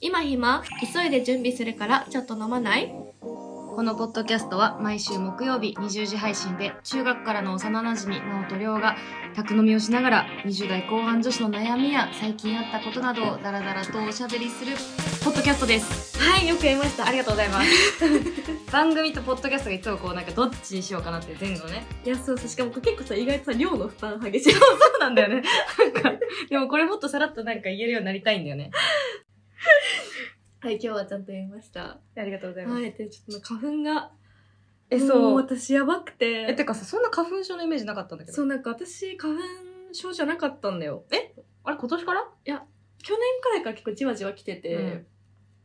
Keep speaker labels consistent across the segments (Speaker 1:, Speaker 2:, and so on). Speaker 1: 今暇急いで準備するからちょっと飲まない
Speaker 2: このポッドキャストは毎週木曜日20時配信で中学からの幼なじみ直人亮が宅飲みをしながら20代後半女子の悩みや最近あったことなどをダラダラとおしゃべりするポッドキャストです
Speaker 1: はい、よく言いました。
Speaker 2: ありがとうございます番組とポッドキャストがいつもこうなんかどっちにしようかなって前後 ね
Speaker 1: いや、そうそう。しかもこれ結構さ、意外とさ、量の負担激しい。
Speaker 2: そうなんだよね なんかでもこれもっとさらっとなんか言えるようになりたいんだよね
Speaker 1: はい、今日はちゃんと言いました。は
Speaker 2: ありがとうござい
Speaker 1: い、で、ちょっと花粉が、
Speaker 2: え
Speaker 1: も
Speaker 2: そう
Speaker 1: 私やばくて。
Speaker 2: えてかさそんな花粉症のイメージなかったんだけど
Speaker 1: そう、なんか私、花粉症じゃなかったんだよ。え
Speaker 2: あれ今年から
Speaker 1: 去年くらいから結構じわじわ来てて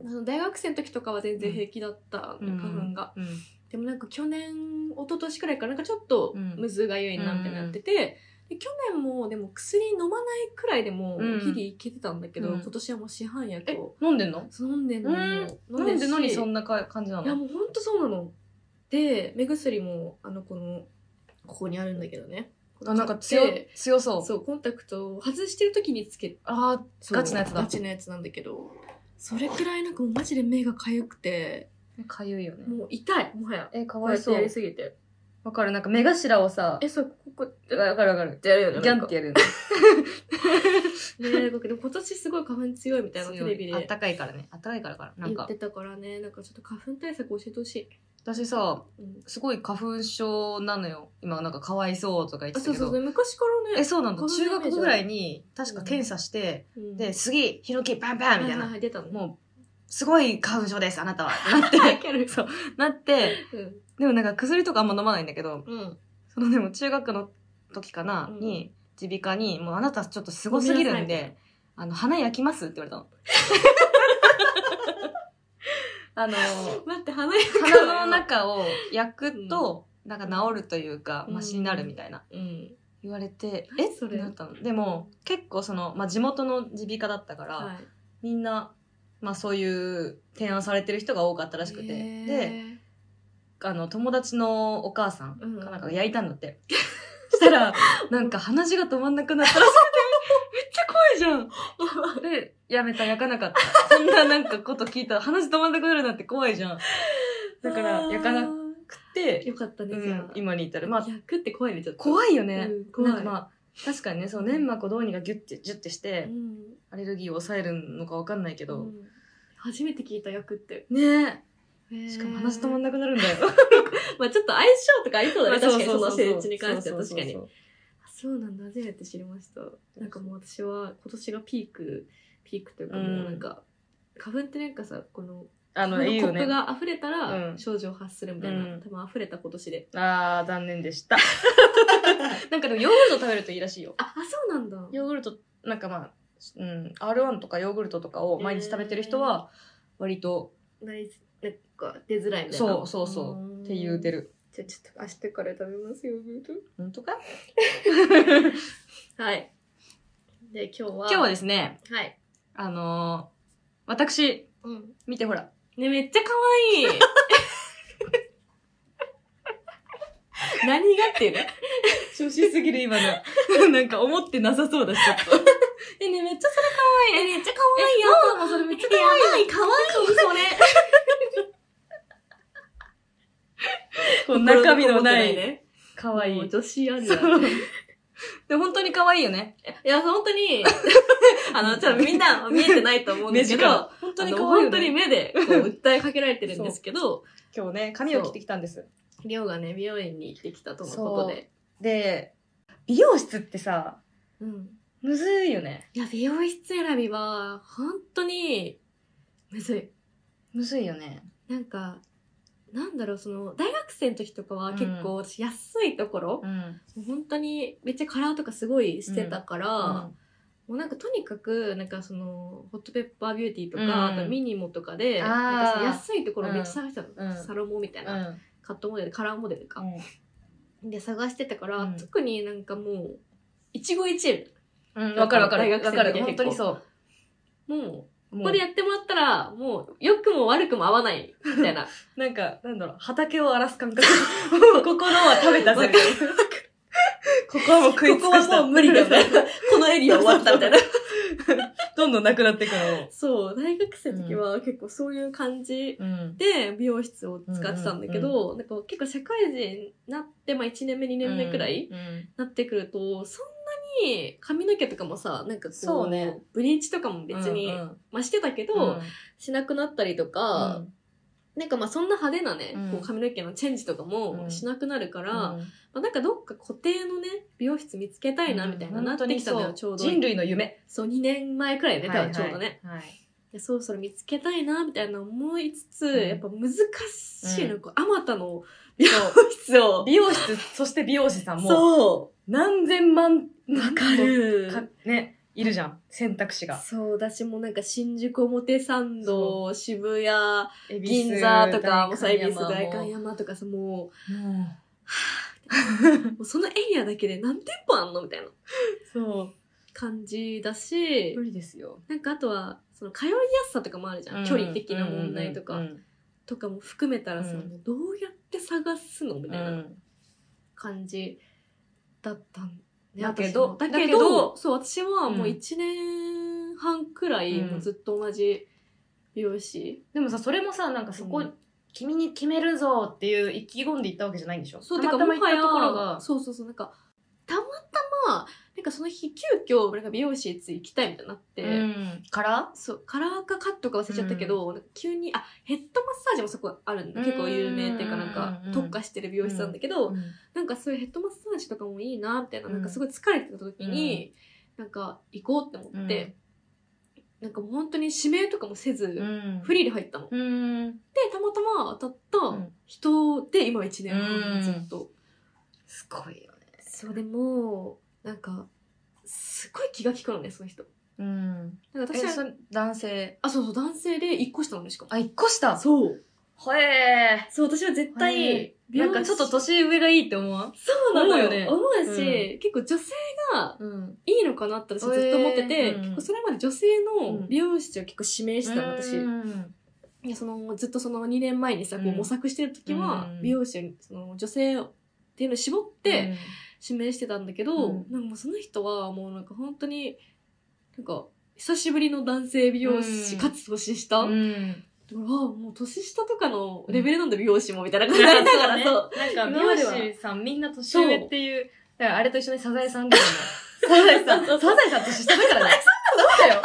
Speaker 2: うん、
Speaker 1: あの大学生の時とかは全然平気だった、花粉が。
Speaker 2: うん
Speaker 1: でもなんか去年、一昨年くらいからなんかちょっと
Speaker 2: うん
Speaker 1: むずがゆいなみたいになってて、で去年もでも薬飲まないくらいでもう
Speaker 2: うん
Speaker 1: 日々いけてたんだけど、
Speaker 2: うん
Speaker 1: 今年はもう市販
Speaker 2: え
Speaker 1: 薬を
Speaker 2: 飲んでんの
Speaker 1: 飲んでんのよ
Speaker 2: なんで
Speaker 1: し
Speaker 2: 何そんなか感じない
Speaker 1: や
Speaker 2: の
Speaker 1: もうほんとそうなの。で、目薬も、あの、この、ここにあるんだけどね。
Speaker 2: あなんか
Speaker 1: 強
Speaker 2: 強
Speaker 1: い
Speaker 2: 強そう
Speaker 1: そう、コンタクトを外してる時につけ
Speaker 2: あー
Speaker 1: そう
Speaker 2: ガチなやつだ
Speaker 1: ガチなやつなんだけど、それくらいなんかもうマジで目が痒くて、
Speaker 2: かゆいよね
Speaker 1: もう痛い、もはや。
Speaker 2: えか
Speaker 1: か
Speaker 2: わいそう
Speaker 1: すぎて。
Speaker 2: わかるなんか目頭をさ
Speaker 1: え、そう、ここ、
Speaker 2: わかるわかる
Speaker 1: やる
Speaker 2: ギャンってやるよね
Speaker 1: ねえ、なんかでも今年すごい花粉強いみたいなテレビ
Speaker 2: 強いあっ
Speaker 1: で
Speaker 2: たかいからねあったかいからからな
Speaker 1: 言
Speaker 2: んか
Speaker 1: ってたからね、なんかちょっと花粉対策教えてほしい。
Speaker 2: 私さ
Speaker 1: うん
Speaker 2: すごい花粉症なのよ今なんかかわいそうとか言っ
Speaker 1: あ、
Speaker 2: てた
Speaker 1: そう
Speaker 2: け
Speaker 1: そう
Speaker 2: ど
Speaker 1: そう、昔からね。
Speaker 2: えそうなの
Speaker 1: 花粉症
Speaker 2: 中学ぐらいに確か検査して
Speaker 1: うん
Speaker 2: で「杉ヒノキパンパン」みたい
Speaker 1: はは
Speaker 2: な
Speaker 1: は出たの。
Speaker 2: もうすごい花粉症ですあなた はってなって そうなって
Speaker 1: うん。
Speaker 2: でもなんか薬とかあんま飲まないんだけど
Speaker 1: うん。
Speaker 2: そのでも中学の時かな
Speaker 1: うん
Speaker 2: に耳鼻科に「もうあなたちょっとすごすぎるん
Speaker 1: ごめんなさ
Speaker 2: であの花焼きます」って言われたの。 あの
Speaker 1: 待って、鼻や
Speaker 2: 鼻の中を焼くと、なんか治るというか
Speaker 1: うん
Speaker 2: マシになるみたいな
Speaker 1: うん。
Speaker 2: 言われて、
Speaker 1: 何
Speaker 2: えっ
Speaker 1: そ
Speaker 2: そ
Speaker 1: れ
Speaker 2: れなったのでも結構その、まあ、地元の耳鼻科だったから、
Speaker 1: はい。
Speaker 2: みんな、まあ、そういう提案されてる人が多かったらしくて、
Speaker 1: へー
Speaker 2: で、あの友達のお母さん
Speaker 1: うん
Speaker 2: かなんかが焼いたんだって。したら、なんか鼻血が止まんなくなったらしくて、 めっちゃ怖いじゃん。で、やめた、焼かなかった。そんななんかこと聞いたら、鼻血止まんなくなるなんて怖いじゃん。だから、焼かなく
Speaker 1: く
Speaker 2: て、
Speaker 1: よかったね、
Speaker 2: う
Speaker 1: じゃ
Speaker 2: ん
Speaker 1: あ、。
Speaker 2: 今に至る。まあ、
Speaker 1: 焼くって怖いね、ちょっと。
Speaker 2: 怖いよ
Speaker 1: い
Speaker 2: ね。
Speaker 1: 怖い。
Speaker 2: なんかまあ、確かにね、その粘膜をどうにかギュッて、ギュッてし
Speaker 1: う
Speaker 2: て、
Speaker 1: ん
Speaker 2: アレルギーを抑えるのかわかんないけ
Speaker 1: う
Speaker 2: ど。
Speaker 1: ん初めて聞いた役って。
Speaker 2: ねえ。
Speaker 1: し
Speaker 2: しかも鼻血止まん
Speaker 1: ない。
Speaker 2: なくなる んだよ。
Speaker 1: まあちょっと相性とかありそうだね。確かにその
Speaker 2: そう
Speaker 1: 聖
Speaker 2: そうそう
Speaker 1: 地に関しては確か
Speaker 2: そう
Speaker 1: に
Speaker 2: そう。そ
Speaker 1: そ
Speaker 2: う
Speaker 1: うなんだ、初めて知りました。なんかもう私は今年がピーク、ピークというかもうなんか、花粉ってなんかさ、この、
Speaker 2: あ
Speaker 1: コ
Speaker 2: の、いいよ
Speaker 1: ップ
Speaker 2: ね。
Speaker 1: が溢れたら
Speaker 2: うん
Speaker 1: 症状発するみたいな、
Speaker 2: うん
Speaker 1: 多分溢れた今年で。
Speaker 2: あー、残念 でした。なんかでもヨーグルト食べるといいらしいよ。
Speaker 1: あ、あそうなんだ。
Speaker 2: ヨーグルト、なんかまあ、うん、R1 とかヨーグルトとかを毎日食べてる人は、割と、
Speaker 1: なりなんか出づらいみたいな
Speaker 2: そうそうそう、って言うて
Speaker 1: る
Speaker 2: る。
Speaker 1: じゃあちょっと明日から食べますよグーグー
Speaker 2: 本当か
Speaker 1: はいで今日は
Speaker 2: 今日はですね、
Speaker 1: はい、
Speaker 2: あのー、私、
Speaker 1: うん、
Speaker 2: 見てほら。
Speaker 1: ねめっちゃ可愛い 何がっていうの
Speaker 2: 調子すぎる今の。 なんか思ってなさそうだし、ちょっと。え、ね、めっちゃそれ可愛い。え、めっちゃ可
Speaker 1: 愛いよ
Speaker 2: もうそれめっちゃ可
Speaker 1: や
Speaker 2: 愛い。
Speaker 1: ばい可愛いそれ
Speaker 2: こう中身のな
Speaker 1: 心
Speaker 2: い。
Speaker 1: ね
Speaker 2: 可愛
Speaker 1: もう
Speaker 2: い。
Speaker 1: 女子ある
Speaker 2: そ
Speaker 1: ある
Speaker 2: う。で、本当に可愛いよね。
Speaker 1: いや本当 にあのちょっとみんな見えてないと思うんですけど
Speaker 2: 目力本
Speaker 1: 本当
Speaker 2: 当
Speaker 1: に
Speaker 2: に可愛い
Speaker 1: 本
Speaker 2: よ
Speaker 1: 当に
Speaker 2: ね。
Speaker 1: 目でこう 訴えかけられてるんですけど、
Speaker 2: 今日ね、髪を切ってきたんです。
Speaker 1: りょうがね、美容院に行ってきたとのことで。
Speaker 2: で、美容室ってさ、
Speaker 1: うん。
Speaker 2: むずいよね。
Speaker 1: いや、美容室選びは、本当に、むずい。
Speaker 2: むずいよね。
Speaker 1: なんか、なんだろう、その、大学生の時とかは
Speaker 2: うん
Speaker 1: 結構、私安いところ、
Speaker 2: ん。
Speaker 1: もう本当に、めっちゃカラーとかすごいしてたから、
Speaker 2: あ
Speaker 1: もうなんかとにかく、なんかその、ホットペッパービューティーとか、
Speaker 2: うん
Speaker 1: あとミニモとかで、
Speaker 2: あー
Speaker 1: なんかその安いところめっちゃ探してたの。
Speaker 2: うん
Speaker 1: サロモみたいな、
Speaker 2: ん。
Speaker 1: カットモデル、カラーモデルか。で、探してたから、
Speaker 2: うん
Speaker 1: 特になんかもう、一期一会。
Speaker 2: うん。わかるわかる。
Speaker 1: 大学
Speaker 2: わ
Speaker 1: 生の
Speaker 2: か
Speaker 1: 時は
Speaker 2: る。
Speaker 1: 結構
Speaker 2: 本当にそう。
Speaker 1: もう、こ
Speaker 2: も
Speaker 1: こ
Speaker 2: う
Speaker 1: でやってもらったら、もう、良くも悪くも合わない、み たいな。
Speaker 2: なんか、なんだろう、畑を荒らす感覚。 心は食べたぜ。ここはもう食い尽くした。
Speaker 1: ここはもう無理だよね。このエリア終わったみたいな。
Speaker 2: どんどんなくなっていくの。
Speaker 1: そう、大学生の時は結構そういう感じ
Speaker 2: うん。
Speaker 1: で美容室を使ってたんだけど、なんか結構社会人になって、まあ1年目、2年目くらい
Speaker 2: うん
Speaker 1: なってくると、そんなに髪の毛とかもさ、なんかこう、
Speaker 2: そうね
Speaker 1: ブリーチとかも別に、
Speaker 2: うんうん
Speaker 1: まあしてたけど、しなくなったりとか、なんかまあそんな派手なね、
Speaker 2: うん
Speaker 1: こう髪の毛のチェンジとか
Speaker 2: う
Speaker 1: も
Speaker 2: ん
Speaker 1: しなくなるから、
Speaker 2: うん
Speaker 1: まあ、なんかどっか固定のね美容室見つけたいなみたいな、
Speaker 2: うん
Speaker 1: なってきたのよ
Speaker 2: 本当に
Speaker 1: ちょう
Speaker 2: そう
Speaker 1: ど
Speaker 2: 人類の夢。
Speaker 1: そう2年前くらいね、
Speaker 2: はいはい
Speaker 1: 多分ちょうどね
Speaker 2: はい
Speaker 1: でそろそろ見つけたいなみたいな思いつつ、
Speaker 2: うん
Speaker 1: やっぱ難しいの、
Speaker 2: う
Speaker 1: こうあまたの
Speaker 2: そう
Speaker 1: 美容室を
Speaker 2: 美容室、そして美容師さんも、
Speaker 1: そ
Speaker 2: 何千万、
Speaker 1: うわかる
Speaker 2: かね、いるじゃん。選択肢が。
Speaker 1: そう私もなんか新宿表参道渋谷
Speaker 2: 恵比寿
Speaker 1: 銀座とかもさ恵比寿代官
Speaker 2: も
Speaker 1: 山とかさも
Speaker 2: もう
Speaker 1: うもうそのエリアだけで何店舗あんのみたいな
Speaker 2: そう。
Speaker 1: 感じだし
Speaker 2: 無理ですよ。
Speaker 1: なんかあとはその通いやすさとかもあるじゃん、距離的な問題とか、
Speaker 2: うんうん
Speaker 1: とかも含めたらさ、
Speaker 2: うん
Speaker 1: もうどうやって探すのみ
Speaker 2: うんう
Speaker 1: たいなん感じだったんね
Speaker 2: だけど
Speaker 1: 私もだけ
Speaker 2: だけど
Speaker 1: どそう私はもううん1年半くらい
Speaker 2: うん
Speaker 1: もうずっと同じ美容師、
Speaker 2: でもさ、それもさ、なんかそこ、
Speaker 1: うん
Speaker 2: 君に決めるぞっていう意気込んで行ったわけじゃないんでしょ
Speaker 1: そう
Speaker 2: た
Speaker 1: てか
Speaker 2: ま
Speaker 1: もは
Speaker 2: たま行った
Speaker 1: や
Speaker 2: ところが、
Speaker 1: そうそうそうなんかたまたまなんかその日急遽なんか美容室行きたいみたいになって、
Speaker 2: うん、から
Speaker 1: そうカラーかカットか忘れちゃったけど、なんか急にあヘッドマッサージもそこあるんだ結構有名っていうかなんか
Speaker 2: うんうんうん
Speaker 1: 特化してる美容室なんだけど、なんかそういうヘッドマッサージとかもいいなみたいな、
Speaker 2: うん
Speaker 1: なんかすごい疲れてた時に、なんか行こうって思って、なんかもう本当に指名とかもせず、
Speaker 2: うん
Speaker 1: フリーで入ったの。で、
Speaker 2: うん
Speaker 1: たまたま当た
Speaker 2: う
Speaker 1: った
Speaker 2: ん
Speaker 1: 人で、今1年半ずっと。
Speaker 2: すごいよね。
Speaker 1: そう、でも、なんか、すごい気が利くのね、その人。
Speaker 2: うん。
Speaker 1: なんか
Speaker 2: え
Speaker 1: 私は、
Speaker 2: それ男性。
Speaker 1: あ、そうそう、男性で1個下なのねしかも。
Speaker 2: あ、一個下
Speaker 1: そう。
Speaker 2: ほえ
Speaker 1: そう、私は絶対
Speaker 2: へ、なんかちょっと年上がいいって思わ
Speaker 1: そうなの
Speaker 2: 思うよね
Speaker 1: よ。思うし、結構女性が
Speaker 2: うん。
Speaker 1: いいのかなって私ずっと思ってて、
Speaker 2: えーうん
Speaker 1: 結構それまで女性の美容師を結構指名してたの、私
Speaker 2: う
Speaker 1: い
Speaker 2: ん
Speaker 1: やそのずっとその2年前にさこ
Speaker 2: う
Speaker 1: うん模索してる時は、
Speaker 2: うん
Speaker 1: 美容師をその女性っていうのを絞って、指名してたんだけど、
Speaker 2: うん
Speaker 1: なんかもうその人はもうなんか本当になんか久しぶりの男性美容師、
Speaker 2: うん
Speaker 1: かつ年下、
Speaker 2: う
Speaker 1: だか
Speaker 2: ん。
Speaker 1: らもう年下とかのレベルなんだ美容師もみたいな感じだったか ら、そう
Speaker 2: なんか美
Speaker 1: 今までは
Speaker 2: 容師さんみんな年上っていう、だからあれと一緒にサザエさんだよね。サザエさん、サザエさん年下だからね。そうだよ。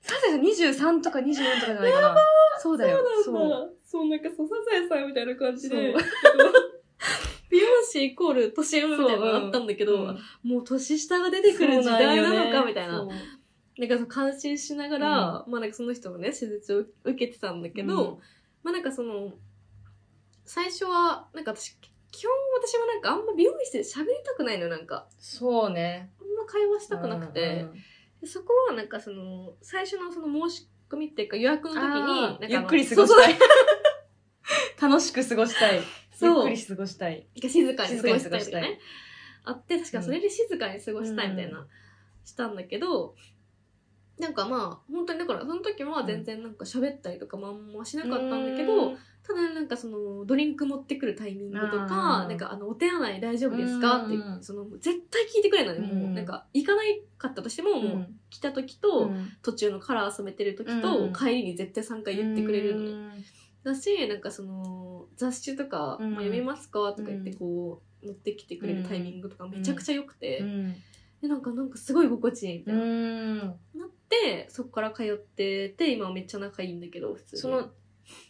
Speaker 2: サザエさん23とか24とかじゃないかな。そうだよ。
Speaker 1: そうなんだ。そう、なんか、そう、サザエさんみたいな感じで
Speaker 2: そう。
Speaker 1: 美容師イコール年上みたいなのがあったんだけど、
Speaker 2: うん
Speaker 1: もう年下が出てくる時代なのかみたいな。
Speaker 2: そ
Speaker 1: な
Speaker 2: うん
Speaker 1: かその感心しながら、まあなんかその人のね、手術を受けてたんだけど、
Speaker 2: うん
Speaker 1: まあなんかその、最初は、なんか私、基本私もなんかあんま美容室で喋りたくないのよ、なんか。
Speaker 2: そうね。
Speaker 1: あんま会話したくなくて。
Speaker 2: うんうん
Speaker 1: でそこはなんかその最初のその申し込みっていうか予約の時になんか
Speaker 2: あー
Speaker 1: あの
Speaker 2: ゆっくり過ごしたい。楽しく過ごしたい。ゆ
Speaker 1: そう
Speaker 2: っ
Speaker 1: そう
Speaker 2: くり過ごしたい。
Speaker 1: が静かに過ごしたい
Speaker 2: 静
Speaker 1: と
Speaker 2: か
Speaker 1: か
Speaker 2: に過ごしたい
Speaker 1: ねあって確かそれで静かに過ごしたいみたいな、
Speaker 2: う
Speaker 1: したんだけどなんかまあ本当にだからその時は全然なんか喋ったりとかもあんましなかったんだけど、
Speaker 2: うん、
Speaker 1: ただなんかそのドリンク持ってくるタイミングと
Speaker 2: あ
Speaker 1: かな
Speaker 2: ー
Speaker 1: んかあのお手洗い大丈夫ですかって
Speaker 2: うん
Speaker 1: その絶対聞いてくれないのよもう
Speaker 2: うん
Speaker 1: なんか行かないかったとしてももう来た時と、
Speaker 2: うん
Speaker 1: 途中のカラー染めてる時
Speaker 2: う
Speaker 1: と
Speaker 2: ん
Speaker 1: 帰りに絶対3回言ってくれるのね、
Speaker 2: うん
Speaker 1: だしなんかその雑誌とか「
Speaker 2: うん
Speaker 1: まあ読みますか?」とか言って
Speaker 2: うん
Speaker 1: こう持ってきてくれるタイミングとかめちゃくちゃ良くて、
Speaker 2: うん
Speaker 1: でなんかなんかすごい心地いいみたいな、
Speaker 2: うん。
Speaker 1: なってそこから通ってて今はめっちゃ仲いいんだけど普通に
Speaker 2: その、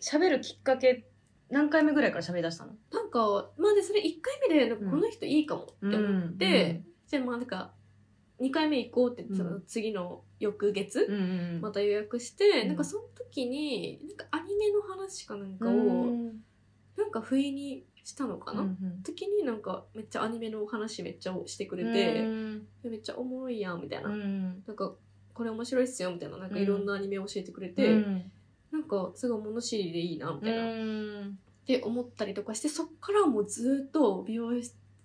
Speaker 2: 喋るきっかけ、何回目ぐらいから喋り出したの
Speaker 1: なんかまあでそれ1回目でなんかこの人いいかもって思って、じゃあまあなんか2回目行こうって言ってその次の翌月、
Speaker 2: うんうん
Speaker 1: また予約して、
Speaker 2: うん
Speaker 1: なんかその時になんかアニメの話かなんかを、
Speaker 2: うん
Speaker 1: なんか不意にしたのかな、
Speaker 2: うん
Speaker 1: 時になんかめっちゃアニメのお話めっちゃしてく
Speaker 2: う
Speaker 1: れ
Speaker 2: ん
Speaker 1: て
Speaker 2: う、ん
Speaker 1: めっちゃおもろいやんみたいな、
Speaker 2: うん
Speaker 1: なんかこれ面白いっすよみたいななんか
Speaker 2: うん
Speaker 1: いろんなアニメを教えてくれて、
Speaker 2: うん
Speaker 1: なんかすごい物知りでいいなみたいな、っ
Speaker 2: うん
Speaker 1: て思ったりとかしてそっからもうずっと美容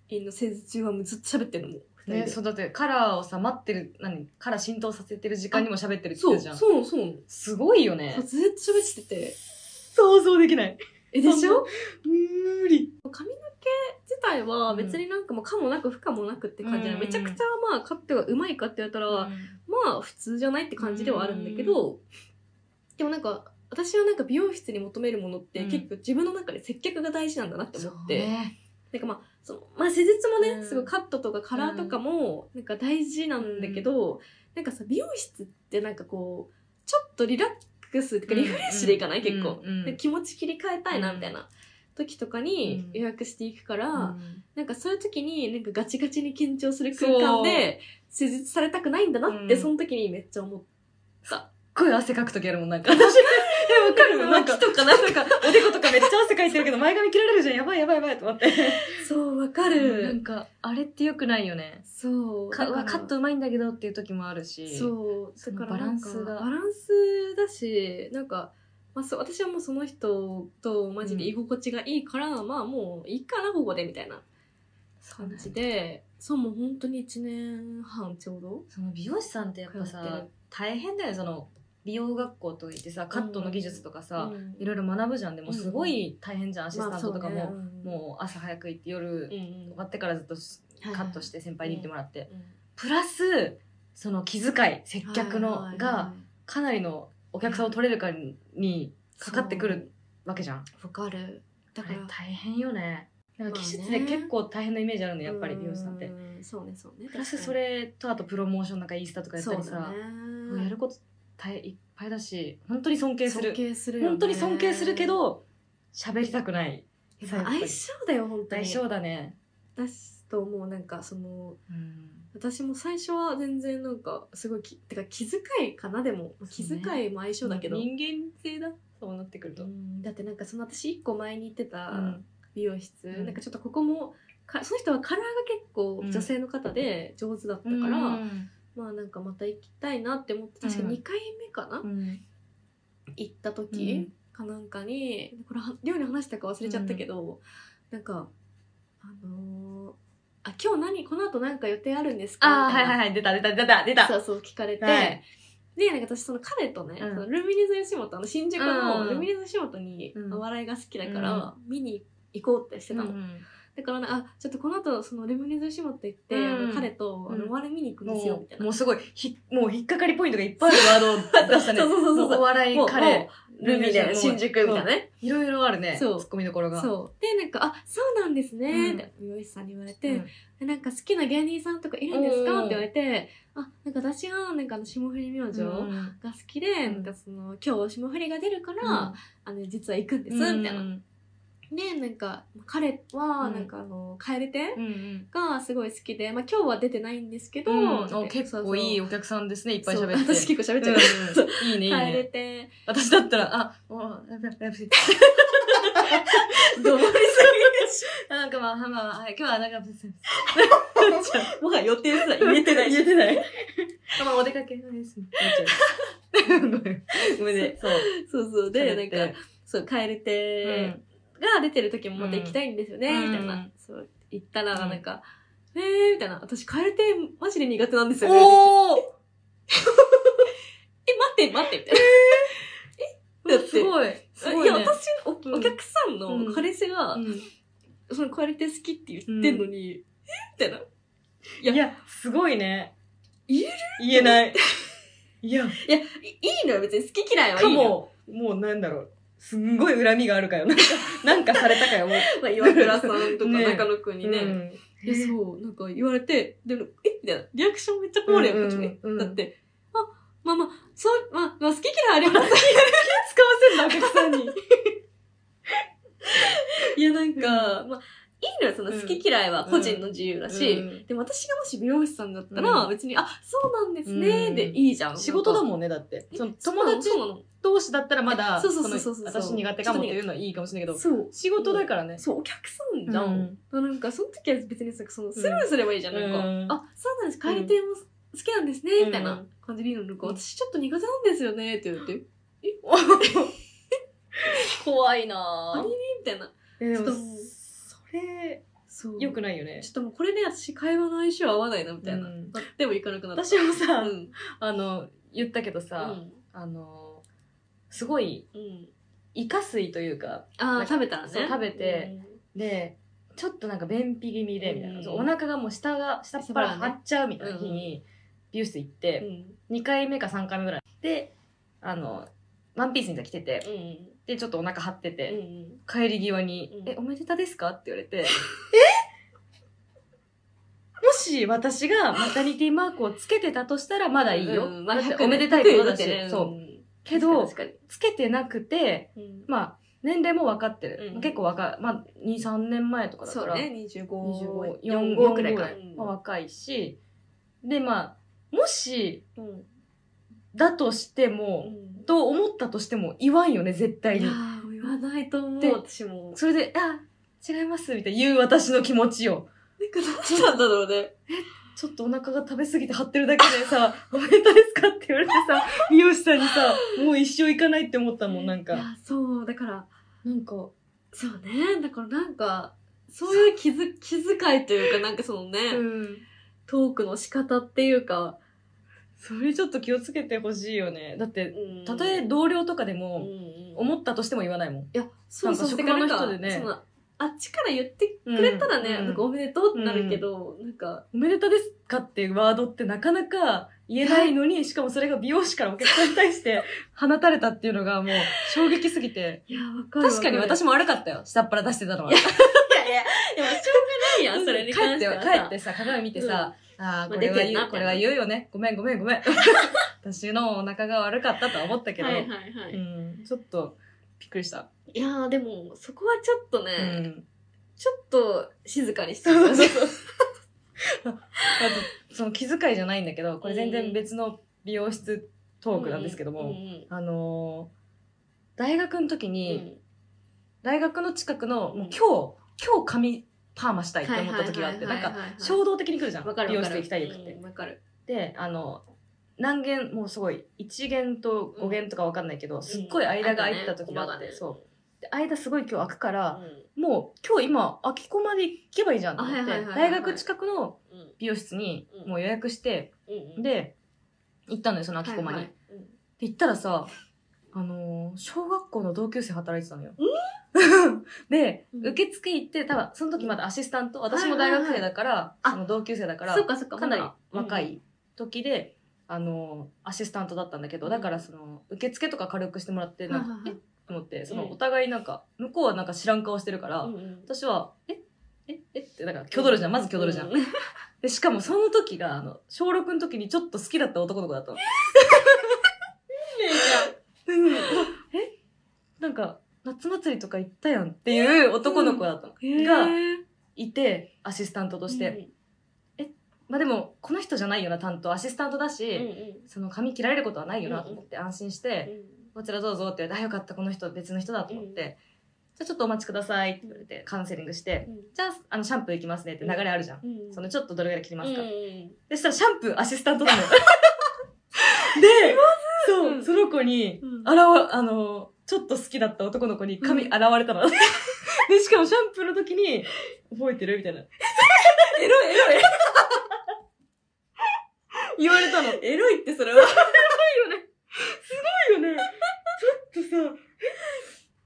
Speaker 1: 院の施術中はもうずっと喋ってるのもう二
Speaker 2: ね、
Speaker 1: 人
Speaker 2: そうだってカラーをさ待ってる何カラー浸透させてる時間にも喋って
Speaker 1: で
Speaker 2: るって言
Speaker 1: そ
Speaker 2: っ
Speaker 1: う
Speaker 2: てたじゃん
Speaker 1: そうそう
Speaker 2: すごいよね
Speaker 1: そうずっと喋ってて
Speaker 2: 想像できない
Speaker 1: え、でしょ
Speaker 2: 無理。
Speaker 1: 髪の毛自体は別になんかもう可もなく不可もなくって感じな
Speaker 2: う
Speaker 1: の
Speaker 2: ん
Speaker 1: めちゃくちゃまあカットがうまいかって言ったら、まあ普通じゃないって感じではあるんだけど、でもなんか私はなんか美容室に求めるものって
Speaker 2: うん
Speaker 1: 結構自分の中で接客が大事なんだなって思
Speaker 2: そう
Speaker 1: って、
Speaker 2: ね。
Speaker 1: なんかまあそのまあ施術もね、
Speaker 2: うん
Speaker 1: すごいカットとかカラーとかもなんか大事なんだけど、なんかさ美容室ってなんかこうちょっとリラックスってかリフレッシュでいかない、結構、
Speaker 2: うんうん
Speaker 1: で気持ち切り替えたいな
Speaker 2: うん
Speaker 1: みたいな時とかに
Speaker 2: うん
Speaker 1: 予約していくから、
Speaker 2: うん
Speaker 1: なんかそういう時になんかガチガチに緊張する空間で施術されたくないんだなって
Speaker 2: うん
Speaker 1: その時にめっちゃ思っ
Speaker 2: 声汗かくときあるもん、なんか。私、え、わか
Speaker 1: た、
Speaker 2: る
Speaker 1: なんか
Speaker 2: 脇とかなんか、おでことかめっちゃ汗かいてるけど、前髪切られるじゃん。やばいやばいやばいと思って。
Speaker 1: そうわか
Speaker 2: な
Speaker 1: る
Speaker 2: んか、あれって良くないよね。
Speaker 1: そう
Speaker 2: か
Speaker 1: だから
Speaker 2: カットうまいんだけどっていう時もあるし。
Speaker 1: そう
Speaker 2: そ
Speaker 1: だ
Speaker 2: の
Speaker 1: から
Speaker 2: バランスが
Speaker 1: なんかバランスだしなんか、まあ、そう私はもうその人とマジで居心地がいいから、まあもういいかなここでみたいな
Speaker 2: そう
Speaker 1: 感
Speaker 2: ね
Speaker 1: じでそうもう本当に1年半ちょうど
Speaker 2: その美容師さんってやっぱ
Speaker 1: 通って
Speaker 2: さ
Speaker 1: る
Speaker 2: 大変だよねその美容学校といってさカットの技術とかさ、
Speaker 1: うん
Speaker 2: いろいろ学ぶじゃんでもすごい大変じゃん、アシスタントとかも、
Speaker 1: まあそうね
Speaker 2: もう朝早く行って夜、
Speaker 1: うんうん
Speaker 2: 終わってからずっとし
Speaker 1: はいはい
Speaker 2: カットして先輩に行ってもらって、
Speaker 1: うん
Speaker 2: プラスその気遣い接客の、
Speaker 1: はいはいはい
Speaker 2: がかなりのお客さんを取れるかにかかってくるわけじゃん
Speaker 1: わかるだ
Speaker 2: だ
Speaker 1: から
Speaker 2: 大変よねなんか技術
Speaker 1: まあ
Speaker 2: で
Speaker 1: ね
Speaker 2: 結構大変なイメージあるねやっぱり美容師さんって
Speaker 1: うそうねそうね
Speaker 2: プラス
Speaker 1: 確
Speaker 2: そ
Speaker 1: かに
Speaker 2: れとあとプロモーションなんかインスタとかやったり
Speaker 1: そ
Speaker 2: さ、
Speaker 1: うだね
Speaker 2: もうやること大いっぱいだし本当に尊敬する
Speaker 1: 尊敬するよね
Speaker 2: 本当に尊敬するけど喋りたくない
Speaker 1: やっぱ相性だよ本当に
Speaker 2: 相性だね、
Speaker 1: 私ともうなんかその私も最初は全然なんかすごいきてか気遣いかなでも気
Speaker 2: そうね
Speaker 1: 遣いも相性だけど、
Speaker 2: 人間性だそうなってくると、
Speaker 1: うんだってなんかその私一個前に行ってた
Speaker 2: うん
Speaker 1: 美容室、
Speaker 2: うん
Speaker 1: なんかちょっとここもかその人はカラーが結構
Speaker 2: うん
Speaker 1: 女性の方で上手だったから、
Speaker 2: うん
Speaker 1: まあなんかまた行きたいなって思って確か
Speaker 2: うん
Speaker 1: 2回目かな、
Speaker 2: うん
Speaker 1: 行った時かなんかに、これは寮に話したか忘れちゃったけど、なんかあのーあ今日何この後なんか予定あるんですか
Speaker 2: ああ
Speaker 1: みた
Speaker 2: はい
Speaker 1: いな
Speaker 2: はいはい出た出た出た出た
Speaker 1: そうそう聞かれて、
Speaker 2: はい
Speaker 1: でなんか私その彼とね、
Speaker 2: うん
Speaker 1: そのルミネズ吉本あの新宿の
Speaker 2: うん
Speaker 1: ルミネズ吉本に
Speaker 2: うん
Speaker 1: お笑いが好きだから見に行こうってしてたの、
Speaker 2: うん
Speaker 1: だからねあちょっとこの後そのルミネズ吉本行って、
Speaker 2: うん
Speaker 1: あの彼とあの
Speaker 2: うん
Speaker 1: お笑い見に行くんですよ
Speaker 2: も
Speaker 1: みたいうな、
Speaker 2: もうすごいひもう引っかかりポイントがいっぱいあるワードを出したね
Speaker 1: そうそうそうそう
Speaker 2: もお笑い彼
Speaker 1: ルミネ新宿みたいな
Speaker 2: ね
Speaker 1: ね
Speaker 2: いろいろあるねツ
Speaker 1: そう
Speaker 2: ッコミどころが
Speaker 1: そうでなんか「あそうなんですね」
Speaker 2: うん
Speaker 1: って美容師さんに言われ
Speaker 2: う
Speaker 1: て、
Speaker 2: ん
Speaker 1: でなんか好きな芸人さんとかいるんですか?」
Speaker 2: うん
Speaker 1: って言われて「あなんか私はなんかあの霜降り明星が
Speaker 2: うん
Speaker 1: 好きで、
Speaker 2: うん
Speaker 1: なんかその今日霜降りが出るから、あの実は行くんです、みたいな
Speaker 2: うん
Speaker 1: でなんか彼は
Speaker 2: うん
Speaker 1: なんかあの蛙亭
Speaker 2: うんうん
Speaker 1: がすごい好きで、まあ、今日は出てないんですけど、
Speaker 2: うん
Speaker 1: そう
Speaker 2: お結構いい
Speaker 1: いっ
Speaker 2: お客さんですねいっぱ
Speaker 1: ぱい
Speaker 2: い
Speaker 1: 喋っ
Speaker 2: 喋っ
Speaker 1: てて私結構喋っちゃう、
Speaker 2: うんいいねいい
Speaker 1: 蛙
Speaker 2: ね
Speaker 1: 亭
Speaker 2: 私だったらあおやべやべやべ どうもなんかまあまあまあはい今日はなんか
Speaker 1: もはや予定すら
Speaker 2: 言えて ない
Speaker 1: 言えてない
Speaker 2: まあお出かけですねごめんごめんねそう
Speaker 1: そうそうでなんかそう蛙
Speaker 2: う
Speaker 1: 亭
Speaker 2: ん
Speaker 1: が出てる時もまた行きたいんですよね、
Speaker 2: うん
Speaker 1: みたいな、
Speaker 2: うん
Speaker 1: そう行ったら
Speaker 2: うん
Speaker 1: なんか、えーみたいな私蛙亭マジで苦手なんですよね
Speaker 2: おー
Speaker 1: え待って待ってみたいな だって
Speaker 2: すごいすごい
Speaker 1: いや
Speaker 2: ね
Speaker 1: 私お
Speaker 2: うん
Speaker 1: お客さんの彼氏が、
Speaker 2: うん
Speaker 1: その壊れて好きって言ってんのに、えみたいな。いや
Speaker 2: いやすごいね
Speaker 1: 言える
Speaker 2: 言えないいや
Speaker 1: や、いいいのよ、別に好き嫌いはいい
Speaker 2: か
Speaker 1: のよ。
Speaker 2: も、もうなんだろう。すんごい恨みがあるかよ。なん か、なんかされたかよ、もう。
Speaker 1: まあ、岩倉さんとか
Speaker 2: ね
Speaker 1: 中野くんにね。
Speaker 2: うん
Speaker 1: いやそう、なんか言われて、でも、えみたいな。リアクションめっちゃこぼれよ、
Speaker 2: う
Speaker 1: こ
Speaker 2: んうん
Speaker 1: っちね
Speaker 2: うん
Speaker 1: だって、あ、まあまあ、そう、まあ、まあ、好き嫌いあります。
Speaker 2: 使わせるの、お客さんに。
Speaker 1: いや、なんか、まあ、いいのよ、その
Speaker 2: うん
Speaker 1: 好き嫌いは個人の自由だし、
Speaker 2: うん
Speaker 1: でも私がもし美容師さんだったら、
Speaker 2: うん
Speaker 1: 別に、あ、そうなんですね、
Speaker 2: うん
Speaker 1: でいいじゃん。
Speaker 2: 仕事だ
Speaker 1: ん。
Speaker 2: もんね、だって。その
Speaker 1: そう
Speaker 2: 友
Speaker 1: なの
Speaker 2: 達
Speaker 1: そうなの
Speaker 2: 同士だったらまだ、
Speaker 1: そうそうそうそう
Speaker 2: その
Speaker 1: そう
Speaker 2: 私苦手かもっていうのはいいかもしれないけど、
Speaker 1: そう。
Speaker 2: 仕事だからね。
Speaker 1: そう、お客さんじゃん。
Speaker 2: うん
Speaker 1: なんか、その時は別にさ、そのスルーすればいいじゃん。なんか、
Speaker 2: うん
Speaker 1: あ、そうなんです、回転も好きなんですね、
Speaker 2: うん
Speaker 1: みたいな感じでいいのなんか、私ちょっと苦手なんですよね、って言って、え
Speaker 2: 怖いな
Speaker 1: あ
Speaker 2: ぁ。
Speaker 1: みたいな。
Speaker 2: えで
Speaker 1: ちょ
Speaker 2: も
Speaker 1: っともう
Speaker 2: それ、
Speaker 1: そう。
Speaker 2: 良くないよね
Speaker 1: ちょ。っともうこれで私会話の相性合わないな、みたいな。
Speaker 2: うん
Speaker 1: あでも行かなくなった。
Speaker 2: 私もさ
Speaker 1: う、ん。
Speaker 2: あの、言ったけど
Speaker 1: う
Speaker 2: さ、
Speaker 1: ん。
Speaker 2: あの、すごい
Speaker 1: うん。
Speaker 2: イカ水というか
Speaker 1: あー食べたらね
Speaker 2: そう食べて、でちょっとなんか便秘気味でみたいな、そうお腹がもう下が下っ腹張っちゃうみたいな日に美容室行って、
Speaker 1: うんうん
Speaker 2: 2回目か3回目ぐらいであのワンピースに着てて
Speaker 1: うん
Speaker 2: でちょっとお腹張ってて、
Speaker 1: うんうん
Speaker 2: 帰り際に「
Speaker 1: うん
Speaker 2: えおめでたですか?」って言われて「えもし私がマタニティマークをつけてたとしたらまだいいよ、
Speaker 1: うんまあ
Speaker 2: だって
Speaker 1: 100
Speaker 2: おめでたいことだし、
Speaker 1: ってね
Speaker 2: そううんけど
Speaker 1: 確かに
Speaker 2: つけてなくて
Speaker 1: うん
Speaker 2: まあ年齢も分かってる、
Speaker 1: うん
Speaker 2: 結構若い、まあ、23年前とかだか
Speaker 1: そう
Speaker 2: ら、
Speaker 1: ね25
Speaker 2: 25
Speaker 1: 45くらいか
Speaker 2: 45まあ、若いしでまあもし
Speaker 1: うん
Speaker 2: だとして
Speaker 1: う
Speaker 2: も、
Speaker 1: ん
Speaker 2: と思ったとしても言わんよね絶対
Speaker 1: い
Speaker 2: に
Speaker 1: や。ー言わないと思
Speaker 2: で
Speaker 1: う私も
Speaker 2: それで「あ違います」みたいな言う私の気持ちよ。
Speaker 1: なんかどうしたんだろうね
Speaker 2: ちょっとお腹が食べ過ぎて張ってるだけでさ、 おめでとうですかって言われてさ、美容師さんにさ、もう一生行かないって思ったもん、なん
Speaker 1: いや
Speaker 2: か。
Speaker 1: そうだから
Speaker 2: なんか、
Speaker 1: そうねだからなんかそういう気づ気遣いというかなんかそのね、
Speaker 2: ん。
Speaker 1: トークの仕方っていうか、
Speaker 2: それちょっと気をつけてほしいよね。だって、
Speaker 1: うん
Speaker 2: たとえ同僚とかで
Speaker 1: うんう
Speaker 2: も、
Speaker 1: ん
Speaker 2: 思ったとしても言わないもん。
Speaker 1: いや、そうそう、
Speaker 2: なんか職場の
Speaker 1: だから
Speaker 2: 人でね
Speaker 1: そのあっちから言ってくれたらね、
Speaker 2: うん
Speaker 1: なんかおめでとうってなるけど、なんか、
Speaker 2: おめでとうですかっていうワードってなかなか言えないのに、しかもそれが美容師からお客さんに対 して放たれたっていうのがもう衝撃すぎて。
Speaker 1: いや、わかる
Speaker 2: 確かに私
Speaker 1: も。
Speaker 2: も悪かったよ。下っ腹出してたのは。
Speaker 1: いやいや、でもしょうがないやん、それに関しては
Speaker 2: 帰って帰ってさ鏡見てさ、ああ
Speaker 1: まあ
Speaker 2: これは
Speaker 1: 出てん
Speaker 2: 言
Speaker 1: な
Speaker 2: うこれは言うよねごめんごめんごめ ん私のお腹が悪かったとは思ったけど、
Speaker 1: はいはいはい。
Speaker 2: うん、ちょっとびっくりした、
Speaker 1: いやーでも、そこはちょっとね、
Speaker 2: うん、
Speaker 1: ちょっと静かにして
Speaker 2: そうそう
Speaker 1: そう。
Speaker 2: あとその気遣いじゃないんだけどこれ全然別の美容室トークなんですけども、
Speaker 1: うんうん
Speaker 2: あのー大学の時
Speaker 1: うん
Speaker 2: に、大学の近くの
Speaker 1: うん
Speaker 2: もう今日今日髪パーマしたいって思った時があって
Speaker 1: は
Speaker 2: ないん
Speaker 1: はいはい
Speaker 2: か
Speaker 1: はいはい
Speaker 2: 衝動的に来るじゃん
Speaker 1: わかる
Speaker 2: 美
Speaker 1: わ
Speaker 2: 容
Speaker 1: か
Speaker 2: 室
Speaker 1: る。
Speaker 2: 行きたいとかって
Speaker 1: う。んわかる。
Speaker 2: であの何軒もうすごい1軒と5軒とか分かんないけど、すっごい間が空いた時があって、そう
Speaker 1: う
Speaker 2: で間すごい今日空くから
Speaker 1: ん、
Speaker 2: もう今日今空き子まで行けばいいじゃんと思っ
Speaker 1: はいはいは
Speaker 2: て
Speaker 1: いはいはい
Speaker 2: 大学近くの
Speaker 1: うんうん
Speaker 2: 美容室に
Speaker 1: うん
Speaker 2: もう予約して、
Speaker 1: うんうん、
Speaker 2: で行ったのよその空き子まに、
Speaker 1: はいは
Speaker 2: で
Speaker 1: いうん
Speaker 2: 行ったらさあのー小学校の同級生働いてたのよ。 で、
Speaker 1: うん
Speaker 2: 受付行って、多分その時まだアシスタント、私も大学生だから、
Speaker 1: はいはいはいあ
Speaker 2: その同級生だから、
Speaker 1: そっかそっか
Speaker 2: かなり
Speaker 1: まだ
Speaker 2: 若い時で、あのアシスタントだったんだけど、
Speaker 1: うん
Speaker 2: だからその受付とか軽くしてもらってなんか、
Speaker 1: はいはいはい
Speaker 2: えっと思ってそうの
Speaker 1: ん
Speaker 2: お互いなんか向こうはなんか知らん顔してるから、
Speaker 1: うんうん
Speaker 2: 私は「えええってなんか挙動るじゃんまず挙動るじゃん、
Speaker 1: う
Speaker 2: でしかもその時があの小6の時にちょっと好きだった男の子だったのうんあえなんか夏祭りとか行ったやんっていう男の子だったの、
Speaker 1: へー
Speaker 2: がいてアシスタントとして、まあでもこの人じゃないよな担当アシスタントだし、
Speaker 1: うんうん
Speaker 2: その髪切られることはないよなと思って安心して、こちらどうぞって言われて、あ、よかった、この人別の人だと思って、
Speaker 1: うん
Speaker 2: じゃあちょっとお待ちくださいって言われて、カウンセリングして、じゃあ、あの、シャンプーいきますねって流れあるじゃん。
Speaker 1: うんうん
Speaker 2: その、ちょっとどれぐらい切りますか、
Speaker 1: うんうん
Speaker 2: で、そしたらシャンプーアシスタントな の。で、
Speaker 1: う
Speaker 2: そ
Speaker 1: ん
Speaker 2: う、その子に、
Speaker 1: うん
Speaker 2: あらわ、あの、ちょっと好きだった男の子に髪
Speaker 1: うん
Speaker 2: 洗われた の。で、しかもシャンプーの時に、覚えてるみたいな。エロい、 エロい。言われたの。
Speaker 1: エロいってそれは
Speaker 2: よね。ちょっとさ、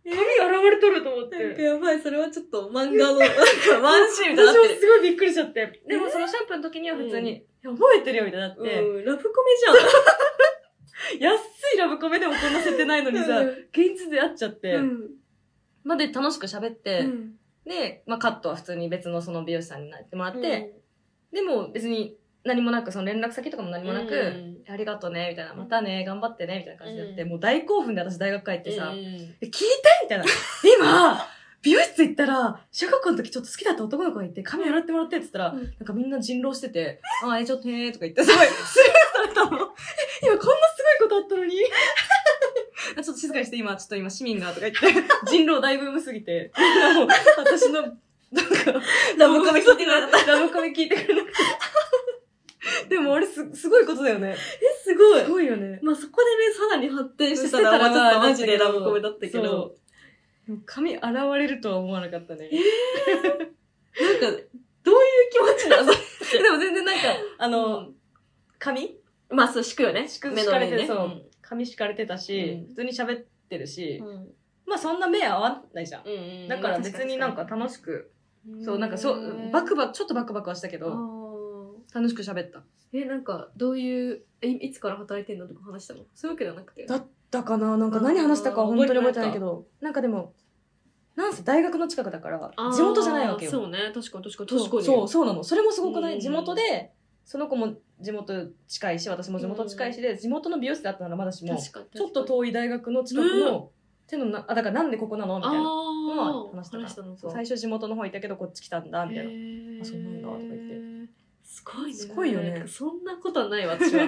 Speaker 2: 髪洗われとると思っ
Speaker 1: なんか
Speaker 2: て。
Speaker 1: やばいそれはちょっと漫 画のなんかワンシーンみたい
Speaker 2: 私も
Speaker 1: になって
Speaker 2: すごいびっくりしちゃって。でもそのシャンプーの時には普通に、覚えてるよみたいになって、
Speaker 1: るうんラブコメ
Speaker 2: 安いラブコメでもこんな設定ないのに
Speaker 1: じゃ
Speaker 2: さ、
Speaker 1: ん
Speaker 2: 現実で会っちゃって、
Speaker 1: うん
Speaker 2: まあで楽しく喋って、
Speaker 1: うん
Speaker 2: で、まあカットは普通に別のその美容師さんになってもらって、でも別に何もなく、その連絡先とかも何もなく、
Speaker 1: うん
Speaker 2: ありがとうね、みたいな。またね、頑張ってね、みたいな感じでやって、
Speaker 1: うん
Speaker 2: もう大興奮で私大学帰ってさ、
Speaker 1: うんうん
Speaker 2: え聞いてみたいな。今、美容室行ったら、小学校の時ちょっと好きだった男の子がいて、髪洗ってもらってって言ったら、
Speaker 1: うん
Speaker 2: なんかみんな人狼してて、あー、え、ちょっとへーとか言って、すごい、スルー されたの。え今こんなすごいことあったのに。 あちょっと静かにして、今、ちょっと今市民が、とか言って、人狼大ブームすぎて、もう私の、なんか、
Speaker 1: ラブコメ聞いてくれなかっ
Speaker 2: ラブコメ聞いてくれなくて。でもあれす、すごいことだよね。
Speaker 1: すごい
Speaker 2: すごいよ ね。
Speaker 1: まあそこでねさらに発展してたらまあちょっとマジでラブコメだったけど
Speaker 2: そう。髪洗われるとは思わなかったね。
Speaker 1: なんか、どういう気持ちなの
Speaker 2: でも全然なんか、あの、髪
Speaker 1: まあ、そう、敷くよね。
Speaker 2: 敷く
Speaker 1: 目
Speaker 2: 敷
Speaker 1: の
Speaker 2: かれ
Speaker 1: 上にね。
Speaker 2: て、そう。髪敷かれてたし、
Speaker 1: うん
Speaker 2: 普通に喋ってるし、
Speaker 1: うん。
Speaker 2: まあそんな目合わないじゃん。
Speaker 1: うんうん
Speaker 2: だから別になんか楽しく、そうなんかそう、バクバク、ちょっとバクバクはしたけ
Speaker 1: あ
Speaker 2: ど、
Speaker 1: ー
Speaker 2: 楽しく喋った。
Speaker 1: えなんかどういうえいつから働いてんのとか話したのそういうわけじゃなくて
Speaker 2: だったかななんか何話したかは本当に覚えてないけど、なんかでも、なんせ大学の近くだから
Speaker 1: あー、
Speaker 2: 地元じゃないわけよ。
Speaker 1: そうね確かに確かに確かに
Speaker 2: そう、そうなの。それもすごくな
Speaker 1: うん
Speaker 2: い地元で、その子も地元近いし、私も地元近いしで、地元の美容室だったならまだしも、
Speaker 1: 確
Speaker 2: ち
Speaker 1: かに
Speaker 2: ょっと遠い大学の近くの、手のな、あ、だからなんでここなのみたいな。
Speaker 1: あ
Speaker 2: の
Speaker 1: あ
Speaker 2: は話したから
Speaker 1: 話したのか
Speaker 2: そう最初地元の方行ったけどこっち来たんだみたいな。
Speaker 1: な
Speaker 2: あそうなんだとか言って
Speaker 1: すごいね
Speaker 2: すごいよね
Speaker 1: なんかそんなことはないわ私 は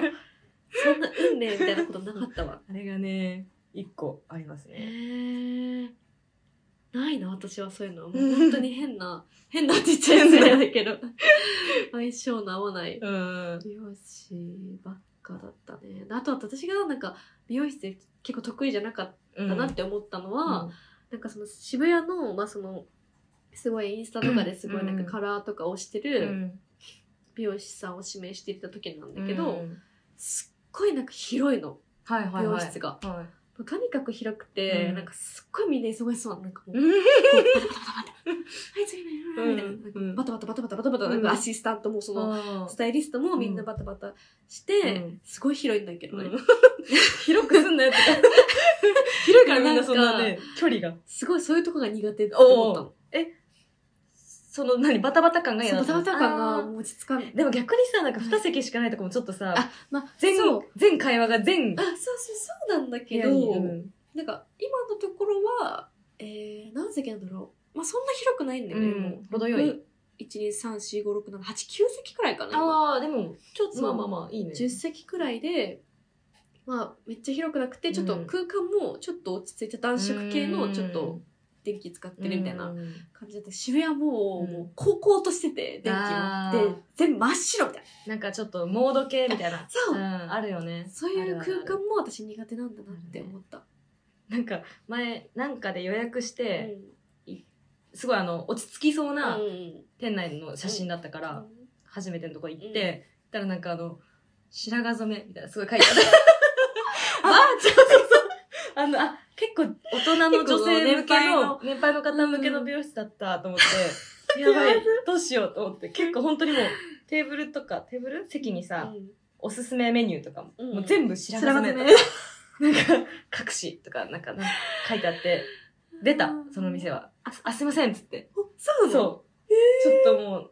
Speaker 1: そんな運命みたいなことなかったわ
Speaker 2: あれがね、一個あります
Speaker 1: へ
Speaker 2: ね。
Speaker 1: えないな私はそういうのもう本当に変な変なって言っちゃいそうやけ ど相性の合わない
Speaker 2: うん。
Speaker 1: 美容師ばっかだったねあとは私がなんか美容室で結構得意じゃなかっ
Speaker 2: う
Speaker 1: た
Speaker 2: ん
Speaker 1: なって思ったのは、なんかその渋谷の,、まあ、そのすごいインスタとかですごいなん
Speaker 2: う
Speaker 1: か
Speaker 2: ん
Speaker 1: カラーとかをして
Speaker 2: う
Speaker 1: る
Speaker 2: ん
Speaker 1: 美容師さんを指名していた時なんだ
Speaker 2: だ
Speaker 1: け
Speaker 2: け
Speaker 1: ど、
Speaker 2: ど、
Speaker 1: すっごいなんか広いの
Speaker 2: はい
Speaker 1: 美容室が、
Speaker 2: はい
Speaker 1: とにかく広くて、
Speaker 2: うん
Speaker 1: なんかすっごいみんな忙しそうなのなんかもう、はい次のやるみたいななんか
Speaker 2: うん
Speaker 1: バタバタバタバタバタバタ、なんかアシスタントもその、
Speaker 2: あ
Speaker 1: スタイリストもみんなバタバタして、
Speaker 2: うん
Speaker 1: すごい 広いんだけどね、
Speaker 2: ー 広くすんなよとか。広いからみんなそんなね、距離が。
Speaker 1: すごいそういうとこが苦手って思ったの
Speaker 2: その何、バタバタ感が嫌
Speaker 1: そ
Speaker 2: だ
Speaker 1: う
Speaker 2: った
Speaker 1: バタバタ
Speaker 2: の
Speaker 1: 感が
Speaker 2: あー
Speaker 1: もう落ち着かない
Speaker 2: でも逆にさ、なんか二席しかないとこもちょっとさ、
Speaker 1: あまあ
Speaker 2: 全
Speaker 1: そう
Speaker 2: 全会話が全
Speaker 1: あそうそうそうなんだ
Speaker 2: 部
Speaker 1: け
Speaker 2: 屋
Speaker 1: ど、
Speaker 2: に。うん
Speaker 1: なんか今のところは、えー、何席なんだろうまあそんな広くないんだよね、
Speaker 2: うん
Speaker 1: もう
Speaker 2: 程よい
Speaker 1: 123456789席くらいかな今
Speaker 2: ああ、でも、ちょっと、まあまあまあ、いいね。
Speaker 1: 10席くらいでまあめっちゃ広くなくてちょっと
Speaker 2: うん
Speaker 1: 空間もちょっと落ち着いた暖色系のちょっと電気使ってるみたいな
Speaker 2: うん。
Speaker 1: 感じだった渋谷も,、
Speaker 2: うん
Speaker 1: もう高校としてて電
Speaker 2: あ
Speaker 1: 気
Speaker 2: ー
Speaker 1: もで全部真っ白みたいな
Speaker 2: なんかちょっとモード系みたいな。
Speaker 1: そう
Speaker 2: うん、あるよね。
Speaker 1: そういう
Speaker 2: あるある
Speaker 1: 空
Speaker 2: ある
Speaker 1: 間も私苦手なんだなって思った、
Speaker 2: なんか前なんかで予約し
Speaker 1: う
Speaker 2: て、
Speaker 1: ん
Speaker 2: すごいあの落ち着きそうな
Speaker 1: うん
Speaker 2: 店内の写真だったから、初めてのとこ行って、
Speaker 1: うん
Speaker 2: 行ったらなんかあの白髪染めみたいなすごい書いてある
Speaker 1: あ
Speaker 2: あちょっとそうあのあ結構大人の女性向
Speaker 1: 結構
Speaker 2: け
Speaker 1: 年配
Speaker 2: の
Speaker 1: の
Speaker 2: 年配の方向けの美容室だったと思って、やばいどうしようと思って結構本当にもうテーブルとかテーブル席にさ、
Speaker 1: うん
Speaker 2: おすすめメニューとかも,、
Speaker 1: うん
Speaker 2: もう全部白髪染め
Speaker 1: 白髪
Speaker 2: なんか隠しとかなんかなんか書いてあって出たその店はああすいませんっつって
Speaker 1: おそうなの
Speaker 2: そう、ちょっともう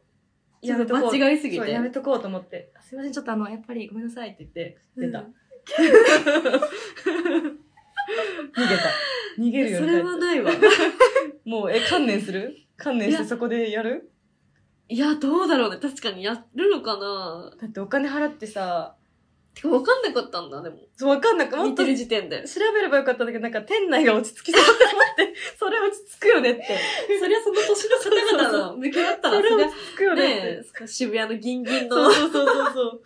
Speaker 1: ちょっと間違いすぎて
Speaker 2: そうやめとこうと思って「すいませんちょっとあのやっぱりごめんなさい」って言って出た、
Speaker 1: うん
Speaker 2: 逃げた 逃げるよ
Speaker 1: そ
Speaker 2: り
Speaker 1: れはないわ
Speaker 2: もうえ観念する観念し
Speaker 1: い
Speaker 2: て
Speaker 1: や
Speaker 2: そこでやる
Speaker 1: いやどうだろうね確かにやるのかな
Speaker 2: だってお金払ってさ
Speaker 1: てか分かんなかったんだでも
Speaker 2: そうわかんなくも
Speaker 1: 見
Speaker 2: っと
Speaker 1: てる
Speaker 2: 調
Speaker 1: 時点で
Speaker 2: べればよかったんだけどなんか店内が落ち着きそうだと思って それ落ち着くよねって
Speaker 1: そりゃその年の方々の向け合ったら
Speaker 2: それ
Speaker 1: そりゃ
Speaker 2: 落ち着くよねって、
Speaker 1: ねえ渋谷のギンギン
Speaker 2: そ
Speaker 1: の
Speaker 2: うそうそうそうそう。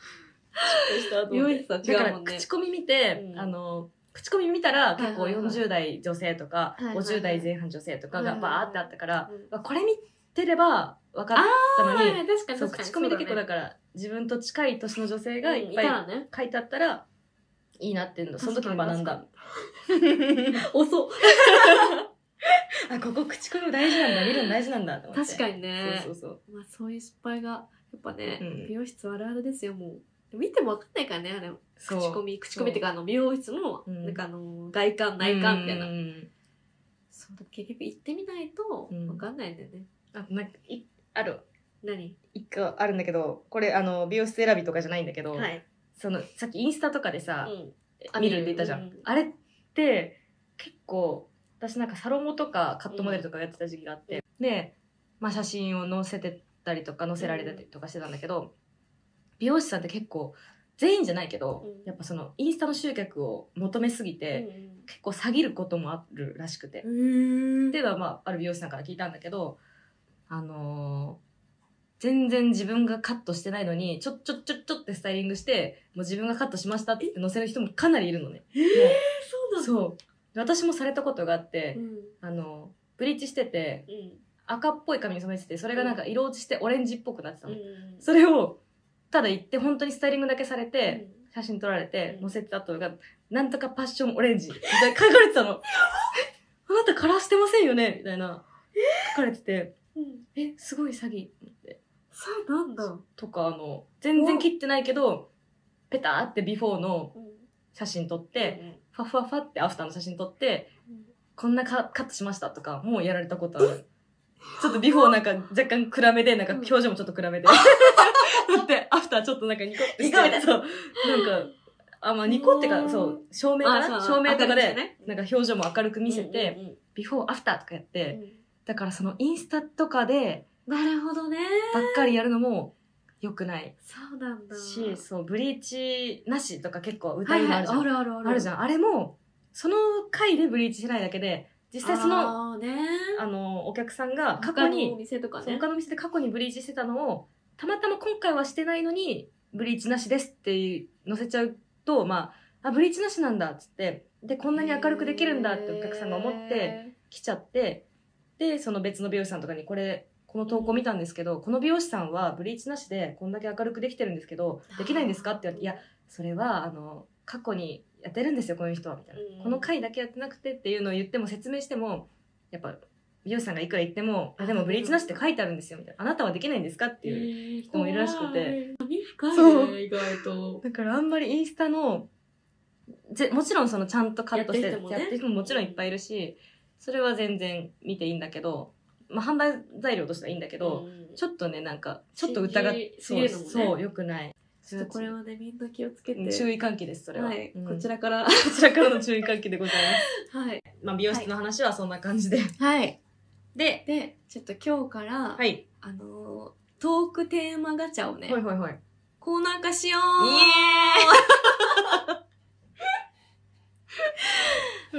Speaker 2: した後
Speaker 1: 美容室は違
Speaker 2: だか
Speaker 1: う
Speaker 2: ら
Speaker 1: もんね
Speaker 2: 口コミ見て、
Speaker 1: うん
Speaker 2: あの口コミ見たら結構
Speaker 1: はいはいはい
Speaker 2: 40代女性とか、
Speaker 1: いはいはい
Speaker 2: 50代前半女性とか
Speaker 1: はい
Speaker 2: が
Speaker 1: はい
Speaker 2: バ
Speaker 1: はい
Speaker 2: ーってあったから、
Speaker 1: うん
Speaker 2: まあこれ見てれば分かったのに、
Speaker 1: い確か
Speaker 2: そう口コミで結構だ
Speaker 1: か
Speaker 2: から、自分と近い年の女性
Speaker 1: ら
Speaker 2: が
Speaker 1: が
Speaker 2: い
Speaker 1: い
Speaker 2: っ
Speaker 1: っ
Speaker 2: ぱ
Speaker 1: ぱ
Speaker 2: い
Speaker 1: いたらね
Speaker 2: 書いてあったらいいなっていうのその時に学んだ。
Speaker 1: 遅っ
Speaker 2: あここ口コミ大事なんだ見るの大事なんだと思って。
Speaker 1: 確かにね
Speaker 2: そうそう
Speaker 1: まあそういう失敗がやっぱね、
Speaker 2: うん
Speaker 1: 美容室あるあるですよもう見ても分かんないからねあれ
Speaker 2: そう。
Speaker 1: 口コミ口コミっていうかあの美容室の
Speaker 2: うん
Speaker 1: なんかあの外観内観みたいな、
Speaker 2: うん
Speaker 1: そうだ結局行ってみないと
Speaker 2: うん
Speaker 1: 分かんないんだよね、
Speaker 2: あとなんかいある
Speaker 1: 何
Speaker 2: 一個あるんだけどこれあの美容室選びとかじゃないんだけど、
Speaker 1: い、
Speaker 2: そのさっきインスタとかで
Speaker 1: う
Speaker 2: さ、
Speaker 1: ん、
Speaker 2: あ見るって言ったじゃん、
Speaker 1: うん
Speaker 2: あれって結構私なんかサロモとかカットモデルとかやってた時期があって、で、まあ、写真を載せてたりとか載せられてたりとかしてたんだけど、美容師さんって結構全員じゃないけど、
Speaker 1: うん
Speaker 2: やっぱそのインスタの集客を求めすぎて、結構下げることもあるらしくて、
Speaker 1: うん
Speaker 2: っていうのは、まあ、ある美容師さんから聞いたんだけど、あのー全然自分がカットしてないのに、ちょ、ちょ、ちょ、ちょってスタイリングして、もう自分がカットしましたって載せる人もかなりいるのね。
Speaker 1: えー、そうな
Speaker 2: も
Speaker 1: の
Speaker 2: うそう。私もされたことがあって
Speaker 1: う、ん
Speaker 2: あの、ブリーチしてて、
Speaker 1: うん
Speaker 2: 赤っぽい髪に染めてて、それがなんか色落ちしてオレンジっぽくなってた
Speaker 1: う
Speaker 2: の。
Speaker 1: ん
Speaker 2: それを、ただ行って本当にスタイリングだけされ
Speaker 1: う
Speaker 2: て、
Speaker 1: ん
Speaker 2: 写真撮られて
Speaker 1: う、ん
Speaker 2: 載せてた後が、なんとかパッションオレンジ、みたいに書かれてたの。あなたカラーしてませんよねみたいな、書かれてて、
Speaker 1: うん、
Speaker 2: え、すごい詐欺
Speaker 1: そうなんだ、
Speaker 2: とか、あの、全然切ってないけど、ペターってビフォーの写真撮って、ファファファってアフターの写真撮って、こんなカカットしましたとか、もうやられたことある。ちょっとビフォーなんか若干暗めで、なんか表情もちょっと 暗めで。だって、アフターちょっとなんかニコって
Speaker 3: ニ
Speaker 2: して。
Speaker 3: コみたいな
Speaker 2: そう。なんか、あ、まあニコってか、そう、照明か
Speaker 1: あ
Speaker 2: な
Speaker 1: そう
Speaker 2: 照明とか
Speaker 1: 明る
Speaker 2: で
Speaker 1: くしてね、
Speaker 2: なんか表情も明るく見せて、ビフォーアフターとかやって、だからそのインスタとかで
Speaker 1: なるほどね
Speaker 2: ばっかりやるのも良くない
Speaker 1: そうなんだ
Speaker 2: し、そう、ブリーチなしとか結構歌
Speaker 1: はい
Speaker 2: も
Speaker 1: いは
Speaker 2: あ
Speaker 1: い
Speaker 2: るじゃん。
Speaker 1: あるあるある
Speaker 2: あるじゃん。あれも、その回でブリーチしないだけで、実際その、あ
Speaker 1: あーね
Speaker 2: の、お客さんが過去
Speaker 1: 他のお
Speaker 2: に、
Speaker 1: 店とか
Speaker 2: そう
Speaker 1: ね
Speaker 2: 他の店で過去にブリーチしてたのを、たまたま今回はしてないのに、ブリーチなしですっていう載せちゃうと、まあ、あ、ブリーチなしなんだっつって、で、こんなに明るくできるんだってお客さんが思って、来ちゃってでその別の美容師さんとかにこれこの投稿見たんですけどこの美容師さんはブリーチなしでこんだけ明るくできてるんですけどできないんですかって言われて「いやそれはあの過去にやってるんですよこの人は」みたいな、
Speaker 1: うん
Speaker 2: この回だけやってなくてっていうのを言っても説明してもやっぱ美容師さんがいくら言っても「あでもブリーチなしって書いてあるんですよ」みたいな「あなたはできないんですか?」っていう、
Speaker 1: いう人
Speaker 2: 人もいるらしくて
Speaker 1: 髪深
Speaker 2: そ
Speaker 1: いうね意外と
Speaker 2: だからあんまりインスタのぜもちろんそのちゃんとカットして
Speaker 1: や
Speaker 2: や
Speaker 1: っ
Speaker 2: って
Speaker 1: る
Speaker 2: て
Speaker 1: 人もね
Speaker 2: る人ももちろんいっぱいいるしそれは全然見ていいんだけど、まあ、判断材料としてはいいんだけど、ち
Speaker 1: ょっ
Speaker 2: ょっとねなんかちょっと疑っ
Speaker 1: 信じすぎる
Speaker 2: そう
Speaker 1: のもね
Speaker 2: そうよくない
Speaker 1: とこれはねみんな気をつけ
Speaker 2: うん
Speaker 1: て
Speaker 2: 注意喚起ですそれは、
Speaker 1: はい
Speaker 2: うん
Speaker 1: こち
Speaker 2: こ
Speaker 1: らから
Speaker 2: ちらからの注意喚起でございます、
Speaker 1: はい
Speaker 2: まあ、美容室の話はそんな感じで、
Speaker 1: はい
Speaker 2: で、
Speaker 1: でちょっと今日から、
Speaker 2: はい、
Speaker 1: あのートークテーマガチャをね、
Speaker 2: ほいほいほいイエ
Speaker 1: コーナー化しよう、
Speaker 2: ー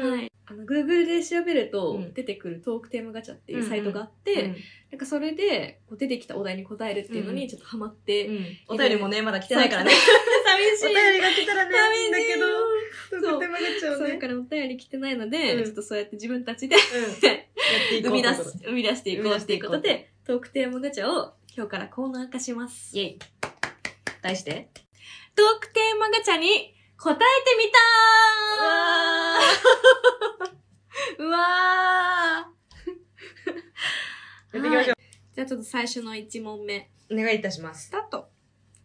Speaker 2: イ、
Speaker 1: はい、あの Google で調べると
Speaker 2: うん
Speaker 1: 出てくるトークテーマガチャってい
Speaker 2: ん
Speaker 1: う
Speaker 2: うん
Speaker 1: サイトがあって、
Speaker 2: で、
Speaker 1: なんかそれでこう出てきたお題に答えるっていうの
Speaker 2: うんう
Speaker 1: に
Speaker 2: ん
Speaker 1: ちょっとハマって、
Speaker 2: うんお便りもねまだ来てないからね
Speaker 1: 寂しい
Speaker 2: お便りが来たらね
Speaker 1: 寂しい
Speaker 2: いいんだけど
Speaker 1: そう
Speaker 2: とてもなっちゃ
Speaker 1: そう
Speaker 2: う
Speaker 1: だ
Speaker 2: ね
Speaker 1: からお便り来てないので、
Speaker 2: うん
Speaker 1: ちょっとそうやって自分たちで 生
Speaker 2: 生
Speaker 1: み出す生み出していこうっていうこと
Speaker 2: 生み出して
Speaker 1: でトークテーマガチャを今日からコーナー化します
Speaker 2: イェイ。題して
Speaker 1: トークテーマガチャに答えてみたーうわ ー
Speaker 2: やっていきましょ
Speaker 1: はいじゃあちょっと最初の1問目
Speaker 2: う。お願いいたします
Speaker 1: ス。タート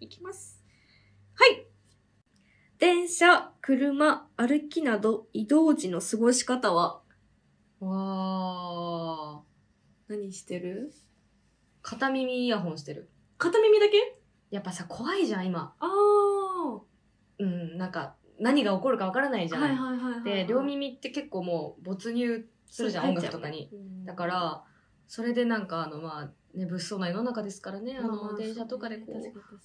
Speaker 1: いきますはい電車、車、歩きなど移動時の過ごし方は
Speaker 2: わー。
Speaker 1: 何してる
Speaker 2: 片耳イヤホンしてる。
Speaker 1: 片耳だけ
Speaker 2: やっぱさ、怖いじゃん、今。
Speaker 1: ああ
Speaker 2: うん、なんか、何が起こるかわからないじゃ
Speaker 1: は
Speaker 2: ないい。
Speaker 1: はいはいはいはい、
Speaker 2: で、両耳って結構もう没入するじゃん、音楽とかに。だから、それでなんか、あの、まあ、ね、物騒な世の中ですからね、あの、電車とかでこう、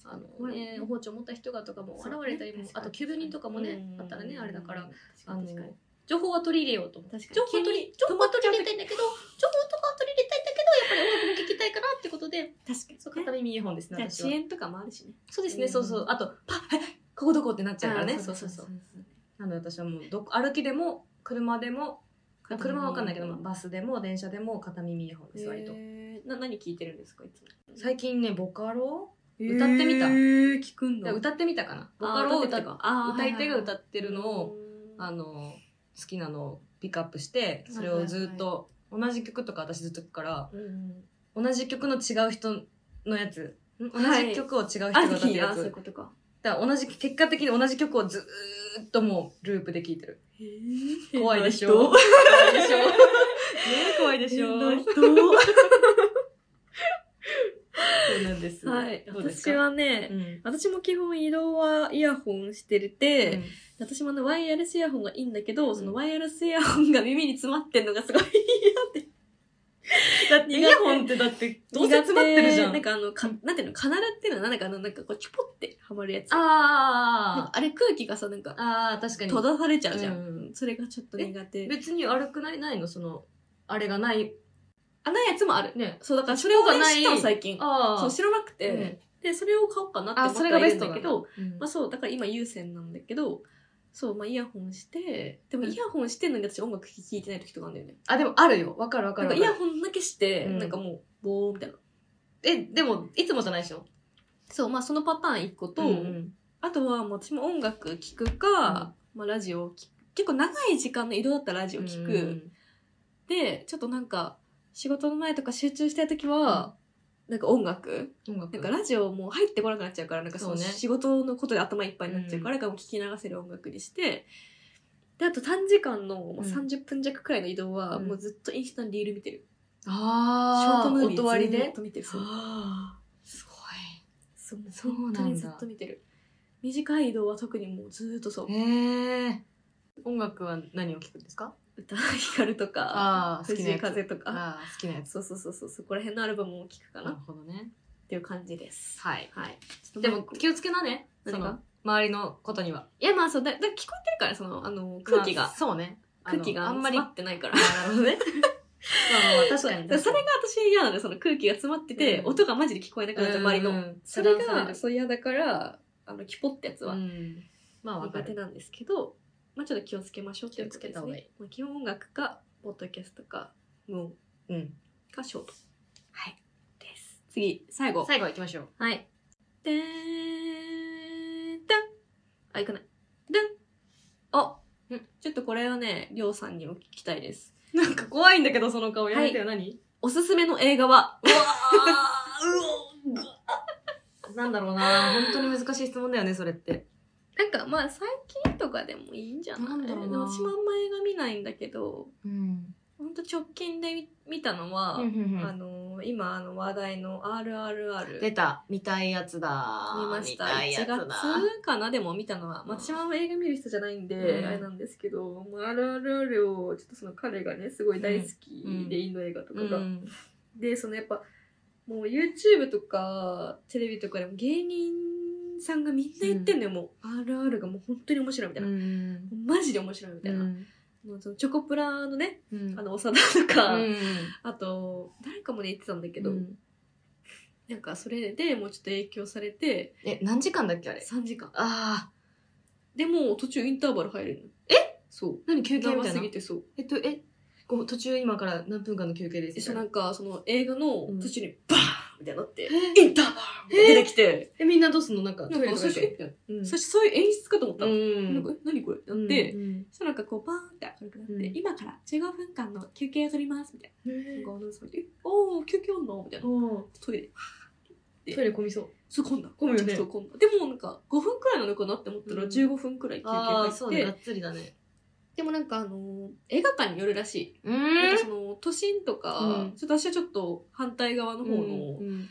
Speaker 2: あのね、包丁持った人がとかも現れたりも、あと、急人とかもね、あったらね、あれだから、あの
Speaker 1: 確かに
Speaker 2: 情報は取り入れようと思って。
Speaker 1: 確かに
Speaker 2: 情報は取り、情報は取り入れたいんだけど、情報とかは取り入れたいんだけど、やっぱり音楽も聞きたいからってことで、
Speaker 1: 確かに
Speaker 2: そう、片耳イヤホンですね、
Speaker 1: じゃあ
Speaker 2: 私
Speaker 1: 遅
Speaker 2: は。
Speaker 1: 延とかもあるしね
Speaker 2: そうです
Speaker 1: う
Speaker 2: ね、
Speaker 1: ん
Speaker 2: そうそう。あと、パッ、えここどこってなっちゃうからね。
Speaker 1: あー
Speaker 2: そうそうそう。なので私はもう、どこ歩きでも、車でも、あ
Speaker 1: 片耳
Speaker 2: 車はわかんないけど、まあバスでも、電車でも、片耳イヤホンです、割と。
Speaker 1: へーな何聞いてるんですかいつも
Speaker 2: 最近ね、ボカロ歌ってみた
Speaker 1: へー聞くん
Speaker 2: い
Speaker 1: だ
Speaker 2: や歌ってみたかな。ボ
Speaker 1: あ
Speaker 2: カ
Speaker 1: ー
Speaker 2: ロを
Speaker 1: 歌っ
Speaker 2: 歌ってて
Speaker 1: かあー
Speaker 2: 歌い手が
Speaker 1: はいはいはい
Speaker 2: 歌ってるのを、
Speaker 1: うん
Speaker 2: あの、好きなのをピックアップして、それをずっと、同じ曲とか私ずっと聞くから、
Speaker 1: うん
Speaker 2: 同じ曲の違う人のやつん同
Speaker 1: はい
Speaker 2: じ曲を違う人が
Speaker 1: あ
Speaker 2: 歌って
Speaker 1: 聞
Speaker 2: る
Speaker 1: い
Speaker 2: や
Speaker 1: た
Speaker 2: つ、
Speaker 1: そういうことか
Speaker 2: だから同じ結果的に同じ曲をずーっともうループで聴いてる怖いで しょ怖いでしょね怖いでしょ
Speaker 1: 変な
Speaker 2: そう
Speaker 1: 人
Speaker 2: なんです
Speaker 1: はい
Speaker 2: どうです
Speaker 1: 私
Speaker 2: か
Speaker 1: はね
Speaker 2: うん
Speaker 1: 私も基本移動はイヤホンしてて、
Speaker 2: うん
Speaker 1: 私もあのワイヤレスイヤホンがいいんだけど、
Speaker 2: ん
Speaker 1: そのワイヤレスイヤホンが耳に詰まってんのがすごい嫌で。だって
Speaker 2: イヤホンってだってどうせ詰まってるじゃん
Speaker 1: なんかあの、かなんていうの、カナラっていうのはなんかあの、なんかこう、チュポってはまるやつ。なんか
Speaker 2: あー
Speaker 1: あれ空気がさ、なんか、
Speaker 2: あー確かに
Speaker 1: 閉ざされちゃうじゃん。
Speaker 2: うん
Speaker 1: それがちょっと苦手。
Speaker 2: 別に悪くないないのそのあれがない
Speaker 1: あ、ないやつもある。
Speaker 2: ね
Speaker 1: そう、だからそれをね
Speaker 2: チュポがない
Speaker 1: 知ったの最近。
Speaker 2: あ
Speaker 1: そう、知らなくて、
Speaker 2: うん
Speaker 1: で、それを買おうかなって思
Speaker 2: あ
Speaker 1: った
Speaker 2: それ
Speaker 1: ら
Speaker 2: が
Speaker 1: いる
Speaker 2: ベ
Speaker 1: ん
Speaker 2: ス
Speaker 1: だ
Speaker 2: ト
Speaker 1: け
Speaker 2: だ
Speaker 1: ど、
Speaker 2: うん
Speaker 1: まあそう、だから今有線なんだけど、そう、まあイヤホンして、でもイヤホンしてんのに私音楽聴いてない時とかあるんだよね。
Speaker 2: あでもあるよわかるわか
Speaker 1: なん
Speaker 2: る
Speaker 1: か
Speaker 2: わ
Speaker 1: イヤ
Speaker 2: かる
Speaker 1: ホンだけして、
Speaker 2: うん
Speaker 1: なんかもう、ボーみたいな。
Speaker 2: えでもいつもじゃないでしょ
Speaker 1: そう、まあそのパターン1個と、
Speaker 2: うんうん
Speaker 1: あとはもう私も音楽聴くか、まあラジオを聞く。結構長い時間の移動だったらラジオ聴く。
Speaker 2: うん
Speaker 1: でちょっとなんか仕事の前とか集中したい時は、なんか音楽
Speaker 2: 音楽
Speaker 1: なんかラジオもう入ってこなくなっちゃうからなんかその
Speaker 2: そうね
Speaker 1: 仕事のことで頭いっぱいになっちゃうから、もう聞き流せる音楽にしてであと短時間のもう
Speaker 2: うん
Speaker 1: 30分弱くらいの移動は、
Speaker 2: うん
Speaker 1: もうずっとインスタのリール見てる、ショ
Speaker 2: あ
Speaker 1: ートムービ
Speaker 2: 音割
Speaker 1: ー
Speaker 2: り
Speaker 1: ずー
Speaker 2: で
Speaker 1: っと見てるそう
Speaker 2: あーす
Speaker 1: そう
Speaker 2: そう
Speaker 1: 本当
Speaker 2: なんだ
Speaker 1: にずっと見てる短い移動は特にもうずーっとそう
Speaker 2: ごいへえ音楽は何を聞くんですか
Speaker 1: 歌光とか
Speaker 2: あー好きな
Speaker 1: 藤井
Speaker 2: やつ
Speaker 1: 風とか
Speaker 2: あー好きなやつ
Speaker 1: そうそうそうそうそこら辺のアルバムを聴くか
Speaker 2: な
Speaker 1: な
Speaker 2: る
Speaker 1: っ
Speaker 2: ほどね
Speaker 1: ていう感じです
Speaker 2: はい
Speaker 1: はい
Speaker 2: でも気をつけなねそ
Speaker 1: 何
Speaker 2: の
Speaker 1: が
Speaker 2: 周りのことにはい
Speaker 1: やまあそうだだから聞こえてるからそのあの空気が、
Speaker 2: まあそうねあの
Speaker 1: 空気が
Speaker 2: あんまり
Speaker 1: 詰まって ないから
Speaker 2: なるほどねまあまあまあ確かに確かに
Speaker 1: それが私嫌なのよその空気が詰まってて、
Speaker 2: うん
Speaker 1: 音がマジで聞こえなくなっちゃう周りの、
Speaker 2: うん
Speaker 1: それ
Speaker 2: 遮断さ
Speaker 1: がそう嫌だからあのキポってやつ
Speaker 2: るわ
Speaker 1: は
Speaker 2: うんまあわか
Speaker 1: 苦手
Speaker 2: る
Speaker 1: なんですけど、まあちょっと気をつけましょうっていうことで
Speaker 2: 気をつけた
Speaker 1: す
Speaker 2: 方がい
Speaker 1: ねまあ基本音楽かポッドキャストか無音
Speaker 2: うん
Speaker 1: かショートはいです次最後
Speaker 2: 最後行きましょう
Speaker 1: はい。でーん、だん。あ、いかない。でん。あ、
Speaker 2: うん
Speaker 1: ちょっとこれはね、りょうさんにも聞きたいです。
Speaker 2: なんか怖いんだけどその顔やめてよ何
Speaker 1: おすすめの映画は
Speaker 2: うわーうおなんだろうな本当に難しい質問だよねそれって
Speaker 1: なんかまあ最近とかでもいいんじゃない
Speaker 3: なんだろうな
Speaker 1: でも私もあんま映画見ないんだけど、
Speaker 3: うん
Speaker 1: ほんと直近で見見たのは、あのー今あの話題の RRR
Speaker 3: 出た見たいやつだ
Speaker 1: 見ました
Speaker 3: 見たいや
Speaker 1: 1
Speaker 3: つだ
Speaker 1: 月かなでも見たのは、まあ、私もあんま映画見る人じゃないんで、
Speaker 2: うん
Speaker 1: あれなんですけど「まあ、あるあるある」をちょっとその彼がねすごい大好きで、
Speaker 2: うん
Speaker 1: インド映画とか
Speaker 2: う
Speaker 1: が。
Speaker 2: ん
Speaker 1: でそのやっぱもう YouTube とかテレビとかでも芸人さんがみんな言ってんのよ、もう「あるある」がもう本当に面白いみたいな、
Speaker 2: うん
Speaker 1: もうマジで面白いみたいな、もうそのチョコプラのねあの長田とか、
Speaker 2: う
Speaker 1: あと誰かもね言ってたんだけど、
Speaker 2: ん
Speaker 1: なんかそれでもうちょっと影響されて
Speaker 2: え何時間だっけあれ
Speaker 1: 3時間
Speaker 2: ああ
Speaker 1: でもう途中インターバル入れるのえそう
Speaker 2: 何休憩
Speaker 1: 長
Speaker 2: みたい
Speaker 1: す
Speaker 2: な
Speaker 1: ぎてそう
Speaker 2: えっとえこう途中今から何分間の休憩ですみ
Speaker 1: そ
Speaker 2: た
Speaker 1: う
Speaker 2: い
Speaker 1: な
Speaker 2: なん
Speaker 1: かその映画の
Speaker 2: うん
Speaker 1: 途中にバーンみたいになって、
Speaker 2: え
Speaker 1: インターバルみたいな出てきて、
Speaker 2: えみんなどうすんのなんか
Speaker 1: なんか
Speaker 2: トイ
Speaker 1: 最
Speaker 2: レ
Speaker 1: 初
Speaker 2: と
Speaker 1: えみたいな
Speaker 2: うん
Speaker 1: 最初そういう演出かと思った
Speaker 2: う
Speaker 1: の、
Speaker 2: ん
Speaker 1: なんかえ何これってなって、そしたらなんかこうバーンって明るくなって、
Speaker 2: うん
Speaker 1: 今から15分間の休憩を取りますみたいな,、なんかアナウンスが入って「おお休憩あんの?」みたいな
Speaker 2: ト
Speaker 1: トイレ
Speaker 2: イレ混みそう
Speaker 1: そう混んだ
Speaker 2: 混むよね
Speaker 1: そう混んだでもなんか5分くらいなのかなって思ったら
Speaker 2: うん
Speaker 1: 15分くらい休憩入って、
Speaker 2: っつりだね
Speaker 1: でもなんかあのー映画館によるらしいなんかその都心とか
Speaker 2: う、ん
Speaker 1: ちょっと私はちょっと反対側の方の,、
Speaker 2: うん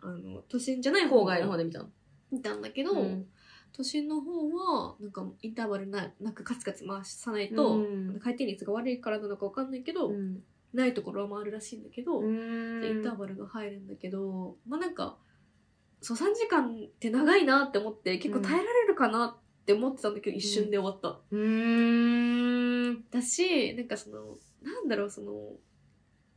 Speaker 1: あの都心じゃない
Speaker 2: 郊外の方
Speaker 1: で
Speaker 2: で見たの
Speaker 1: 見たんだけど、
Speaker 2: うん
Speaker 1: 都心の方はなんかインターバルななくカツカツ回さないと、
Speaker 2: うん
Speaker 1: 回転率が悪いからなのかわかんないけど、
Speaker 2: ん
Speaker 1: ないところは回るらしいんだけど、でインター
Speaker 2: う
Speaker 1: バルが入るんだけどまあなんかそう3時間って長いなって思って結構耐えられるかなって思ってたんだけど、一瞬で終わった。
Speaker 2: ーん
Speaker 1: だしなんかそのなんだろうその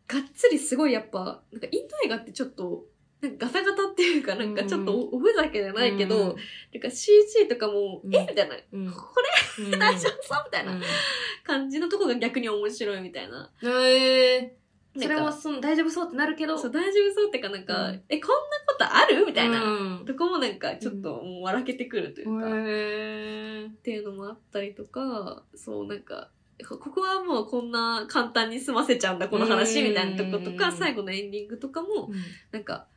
Speaker 1: がっつりすごいやっぱなんかインド映画ってちょっとなんかガタガタっていうかなんかちょっとお,、ふざけじゃないけど、
Speaker 2: うん
Speaker 1: なんか CG とかも、
Speaker 2: うん
Speaker 1: えみたいな、
Speaker 2: うん
Speaker 1: これ 大丈夫そうみたいな感じのとこが逆に面白いみたいな。
Speaker 2: うんえーそれ
Speaker 1: な
Speaker 2: も
Speaker 1: んか
Speaker 2: その大丈夫そうってなるけど
Speaker 1: そう大丈夫そうってかなんか、
Speaker 2: うん
Speaker 1: えこんなことあるみたいな、
Speaker 2: うん
Speaker 1: とこもなんかちょっともう笑けてくるというか、っ
Speaker 2: へー
Speaker 1: ていうのもあったりとかそうなんかここはもうこんな簡単に済ませちゃうんだこの話
Speaker 2: うん
Speaker 1: みたいなとことか最後のエンディングとかも、なんか、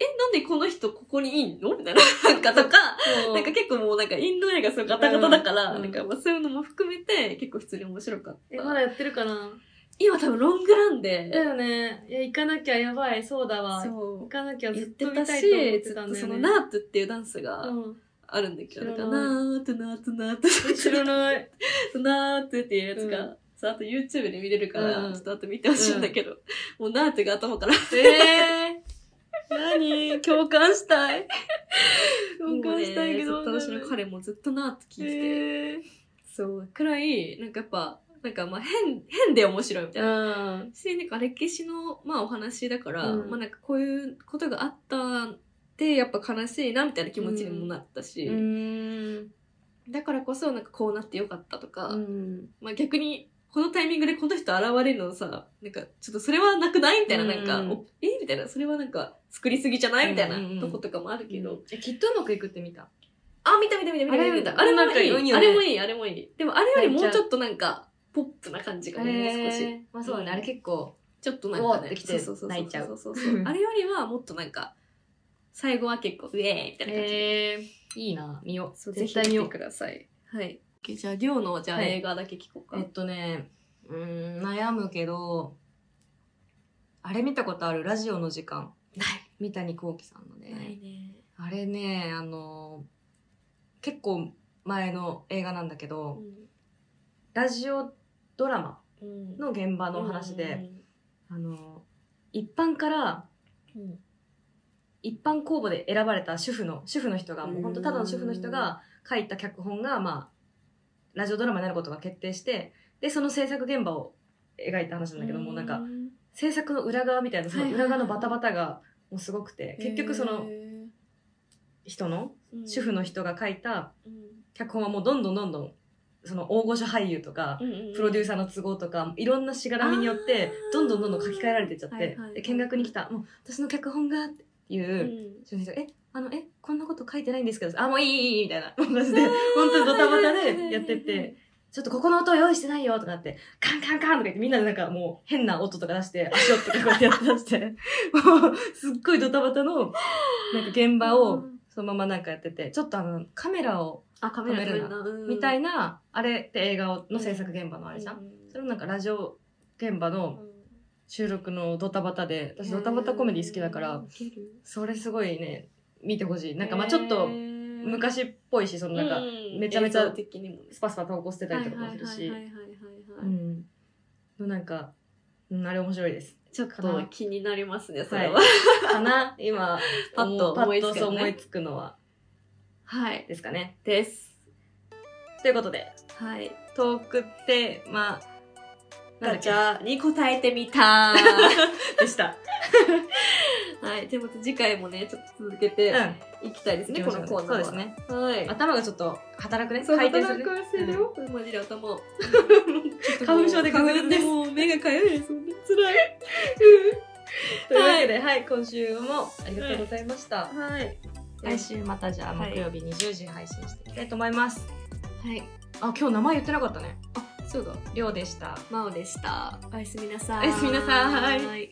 Speaker 1: え、なんでこの人ここにいんのみたいな、なんかとか、なんか結構もうなんかインド映画すごいガタガタだから、
Speaker 2: うん
Speaker 1: なんかまあそういうのも含めて結構普通に面白かっ
Speaker 2: え
Speaker 1: た。
Speaker 2: まだやってるかな
Speaker 1: 今多分ロングラン
Speaker 2: だ
Speaker 1: で、
Speaker 2: よねいや行かなきゃやばいそうだわ
Speaker 1: そ
Speaker 2: 行かなきゃ
Speaker 1: う、
Speaker 2: ず
Speaker 1: 言っ
Speaker 2: っ
Speaker 1: て
Speaker 2: と見
Speaker 1: た
Speaker 2: たい
Speaker 1: し、
Speaker 2: と思って
Speaker 1: ず
Speaker 2: た
Speaker 1: っ
Speaker 2: ん
Speaker 1: と
Speaker 2: だ
Speaker 1: そ
Speaker 2: よね
Speaker 1: のナートっていうダンスが
Speaker 2: うん
Speaker 1: あるんだけど、なんか
Speaker 2: 知ら
Speaker 1: ナ
Speaker 2: ない
Speaker 1: ートナートナートナ
Speaker 2: 知ら
Speaker 1: ー
Speaker 2: ない
Speaker 1: トナートっていうやつ
Speaker 2: う
Speaker 1: が、そうあと YouTube で見れるから、
Speaker 2: うん
Speaker 1: ちょっとあと見てほしいんだけど、もうナートが頭から
Speaker 2: えー、何 共感したい共
Speaker 1: もう
Speaker 2: 感
Speaker 1: ね
Speaker 2: したいけど、
Speaker 1: ずっと私の彼もずっとナート聞いてて、
Speaker 2: えー
Speaker 1: そう、くらい、なんかやっぱ、なんかまあ変、変で面白いみたいな。
Speaker 2: うん
Speaker 1: し、なんか歴史の、まあお話だから、
Speaker 2: うん
Speaker 1: まあなんかこういうことがあったって、やっぱ悲しいなみたいな気持ちにもなったし、
Speaker 2: うん
Speaker 1: だからこそなんかこうなってよかったとか、
Speaker 2: うん
Speaker 1: まあ逆に、このタイミングでこの人現れるのさ、なんかちょっとそれはなくないみたいな、なんか、
Speaker 2: うん
Speaker 1: おえみたいな、それはなんか作りすぎじゃないみたいな
Speaker 2: うんうんうん
Speaker 1: とことかもあるけど、
Speaker 2: えきっとうまくいくって見た
Speaker 1: あ、見た見た見た見た
Speaker 2: あれ見た
Speaker 1: あれも
Speaker 2: なんか
Speaker 1: い
Speaker 2: いい
Speaker 1: い。
Speaker 2: よね
Speaker 1: あれもいい、あれもいい。でもあれよりも
Speaker 2: め
Speaker 1: う
Speaker 2: っち
Speaker 1: ち
Speaker 2: ゃ
Speaker 1: ょっとなんか、ポップな感じがね、もう少
Speaker 2: 少
Speaker 1: し
Speaker 2: し。まあそうだね、あれ結構。
Speaker 1: ちょっとなんか
Speaker 2: おーっ
Speaker 1: ね
Speaker 2: てき
Speaker 1: そう
Speaker 2: て
Speaker 1: そうそう
Speaker 2: 泣いちゃう
Speaker 1: そうそうそうあれよりはもっとなんか最後は結構ウェーイみたいな感じで、
Speaker 2: えー、いいな、見よ。
Speaker 1: そううぜ
Speaker 2: 絶
Speaker 1: ひ見
Speaker 2: 対見
Speaker 1: て
Speaker 2: よう
Speaker 1: く。ださいはいじゃあ亮のじゃあ
Speaker 2: はい
Speaker 1: 映画だけ聞こうか、
Speaker 2: えっとね、うーん、悩むけど、あれ見たことあるラジオの時間。
Speaker 1: ない
Speaker 2: 三谷幸喜さんのね。
Speaker 1: ないね、
Speaker 2: あれね、あの、結構前の映画なんだけど、ラジオドラマ
Speaker 1: うん
Speaker 2: の現場の話で、、あの、一般から
Speaker 1: うんうん
Speaker 2: 一般公募で選ばれた主婦の、主婦の人が、もう本当ただの主婦の人が書いた脚本が、まあ、ラジオドラマになることが決定して、で、その制作現場を描いた話なんだけど、もうなんか、制作の裏側みたいな、その裏側のバタバタが、もうすごくて、結局その
Speaker 1: へ
Speaker 2: 人の、
Speaker 1: ー
Speaker 2: 主婦の、人が書いた
Speaker 1: うん
Speaker 2: 脚本はもうどんどんどんどんその大御所俳優とか
Speaker 1: うんうん
Speaker 2: プロデュー
Speaker 1: サ
Speaker 2: サーの都合とかいろんなしがらみによって
Speaker 1: あー
Speaker 2: どんどんどんどん書き換えられてっちゃって、
Speaker 1: はいはい
Speaker 2: で見学に来たもう私の脚本がっていうう、
Speaker 1: ん
Speaker 2: 主人がえあのえこんなこと書いてないんですけどあもういいいいいいみたいな感じで本当にドタバタでやってって。ちょっとここの音用意してないよとかって、カンカンカンとか言ってみんなでなんかもう変な音とか出して、足音とかこうやってやって出して、もうすっごいドタバタの、なんか現場をそのままなんかやってて、ちょっとあのカメラを
Speaker 1: あカメラ
Speaker 2: カメ
Speaker 1: カ
Speaker 2: ラ
Speaker 1: メラうん
Speaker 2: みたいな、あれって映画の制作現場のあ
Speaker 1: あ
Speaker 2: れじゃん。そ
Speaker 1: れ
Speaker 2: れもなんかラジオ現場の収録のドタバタで、私ドタバタコメディ好きだから、それすごいね、見てほしい。なんかまあちょっと
Speaker 1: 昔
Speaker 2: 昔っぽいし、そのなんか、めちゃめちゃスパスパ投稿してたりとかもするし
Speaker 1: はいは、いはいはいはいは
Speaker 2: う
Speaker 1: い
Speaker 2: ん。のなんか、うんあれ面白いです。
Speaker 1: ちょっと気になりますねそれは
Speaker 2: はか な今、
Speaker 1: パッと
Speaker 2: パ
Speaker 1: 思い
Speaker 2: ッ
Speaker 1: つく
Speaker 2: と
Speaker 1: のね
Speaker 2: そう思いつくのは、
Speaker 1: はい
Speaker 2: ですかね。
Speaker 1: です
Speaker 2: ということで、
Speaker 1: はい
Speaker 2: トークテーマ、なんだ
Speaker 1: ガ
Speaker 2: っ
Speaker 1: チ
Speaker 2: け
Speaker 1: ャに答えてみた
Speaker 2: でした。
Speaker 1: はいでも次回もねちょっと続けて
Speaker 2: う
Speaker 1: いきたいですね
Speaker 2: ん。
Speaker 1: このコーナー
Speaker 2: そう
Speaker 1: は
Speaker 2: ですね。
Speaker 1: はい
Speaker 2: 頭がちょっと働くね。
Speaker 1: そう
Speaker 2: 回
Speaker 1: 働
Speaker 2: 転す
Speaker 1: か
Speaker 2: るね。
Speaker 1: せるよ、マジで頭を
Speaker 2: 花粉症でぐずぐずです
Speaker 1: もう目がかゆいですつらい
Speaker 2: というわ けで、はい、今週もありがとうございました。
Speaker 1: はい
Speaker 2: 来週またじゃあ
Speaker 1: はい
Speaker 2: 木曜日20時配信していきたいと思います。
Speaker 1: はい
Speaker 2: あ、今日名前言ってなかったね。
Speaker 1: あそうだ
Speaker 2: りょうでした。
Speaker 1: まおでしたおやすみなさい
Speaker 2: おやすみなさい
Speaker 1: い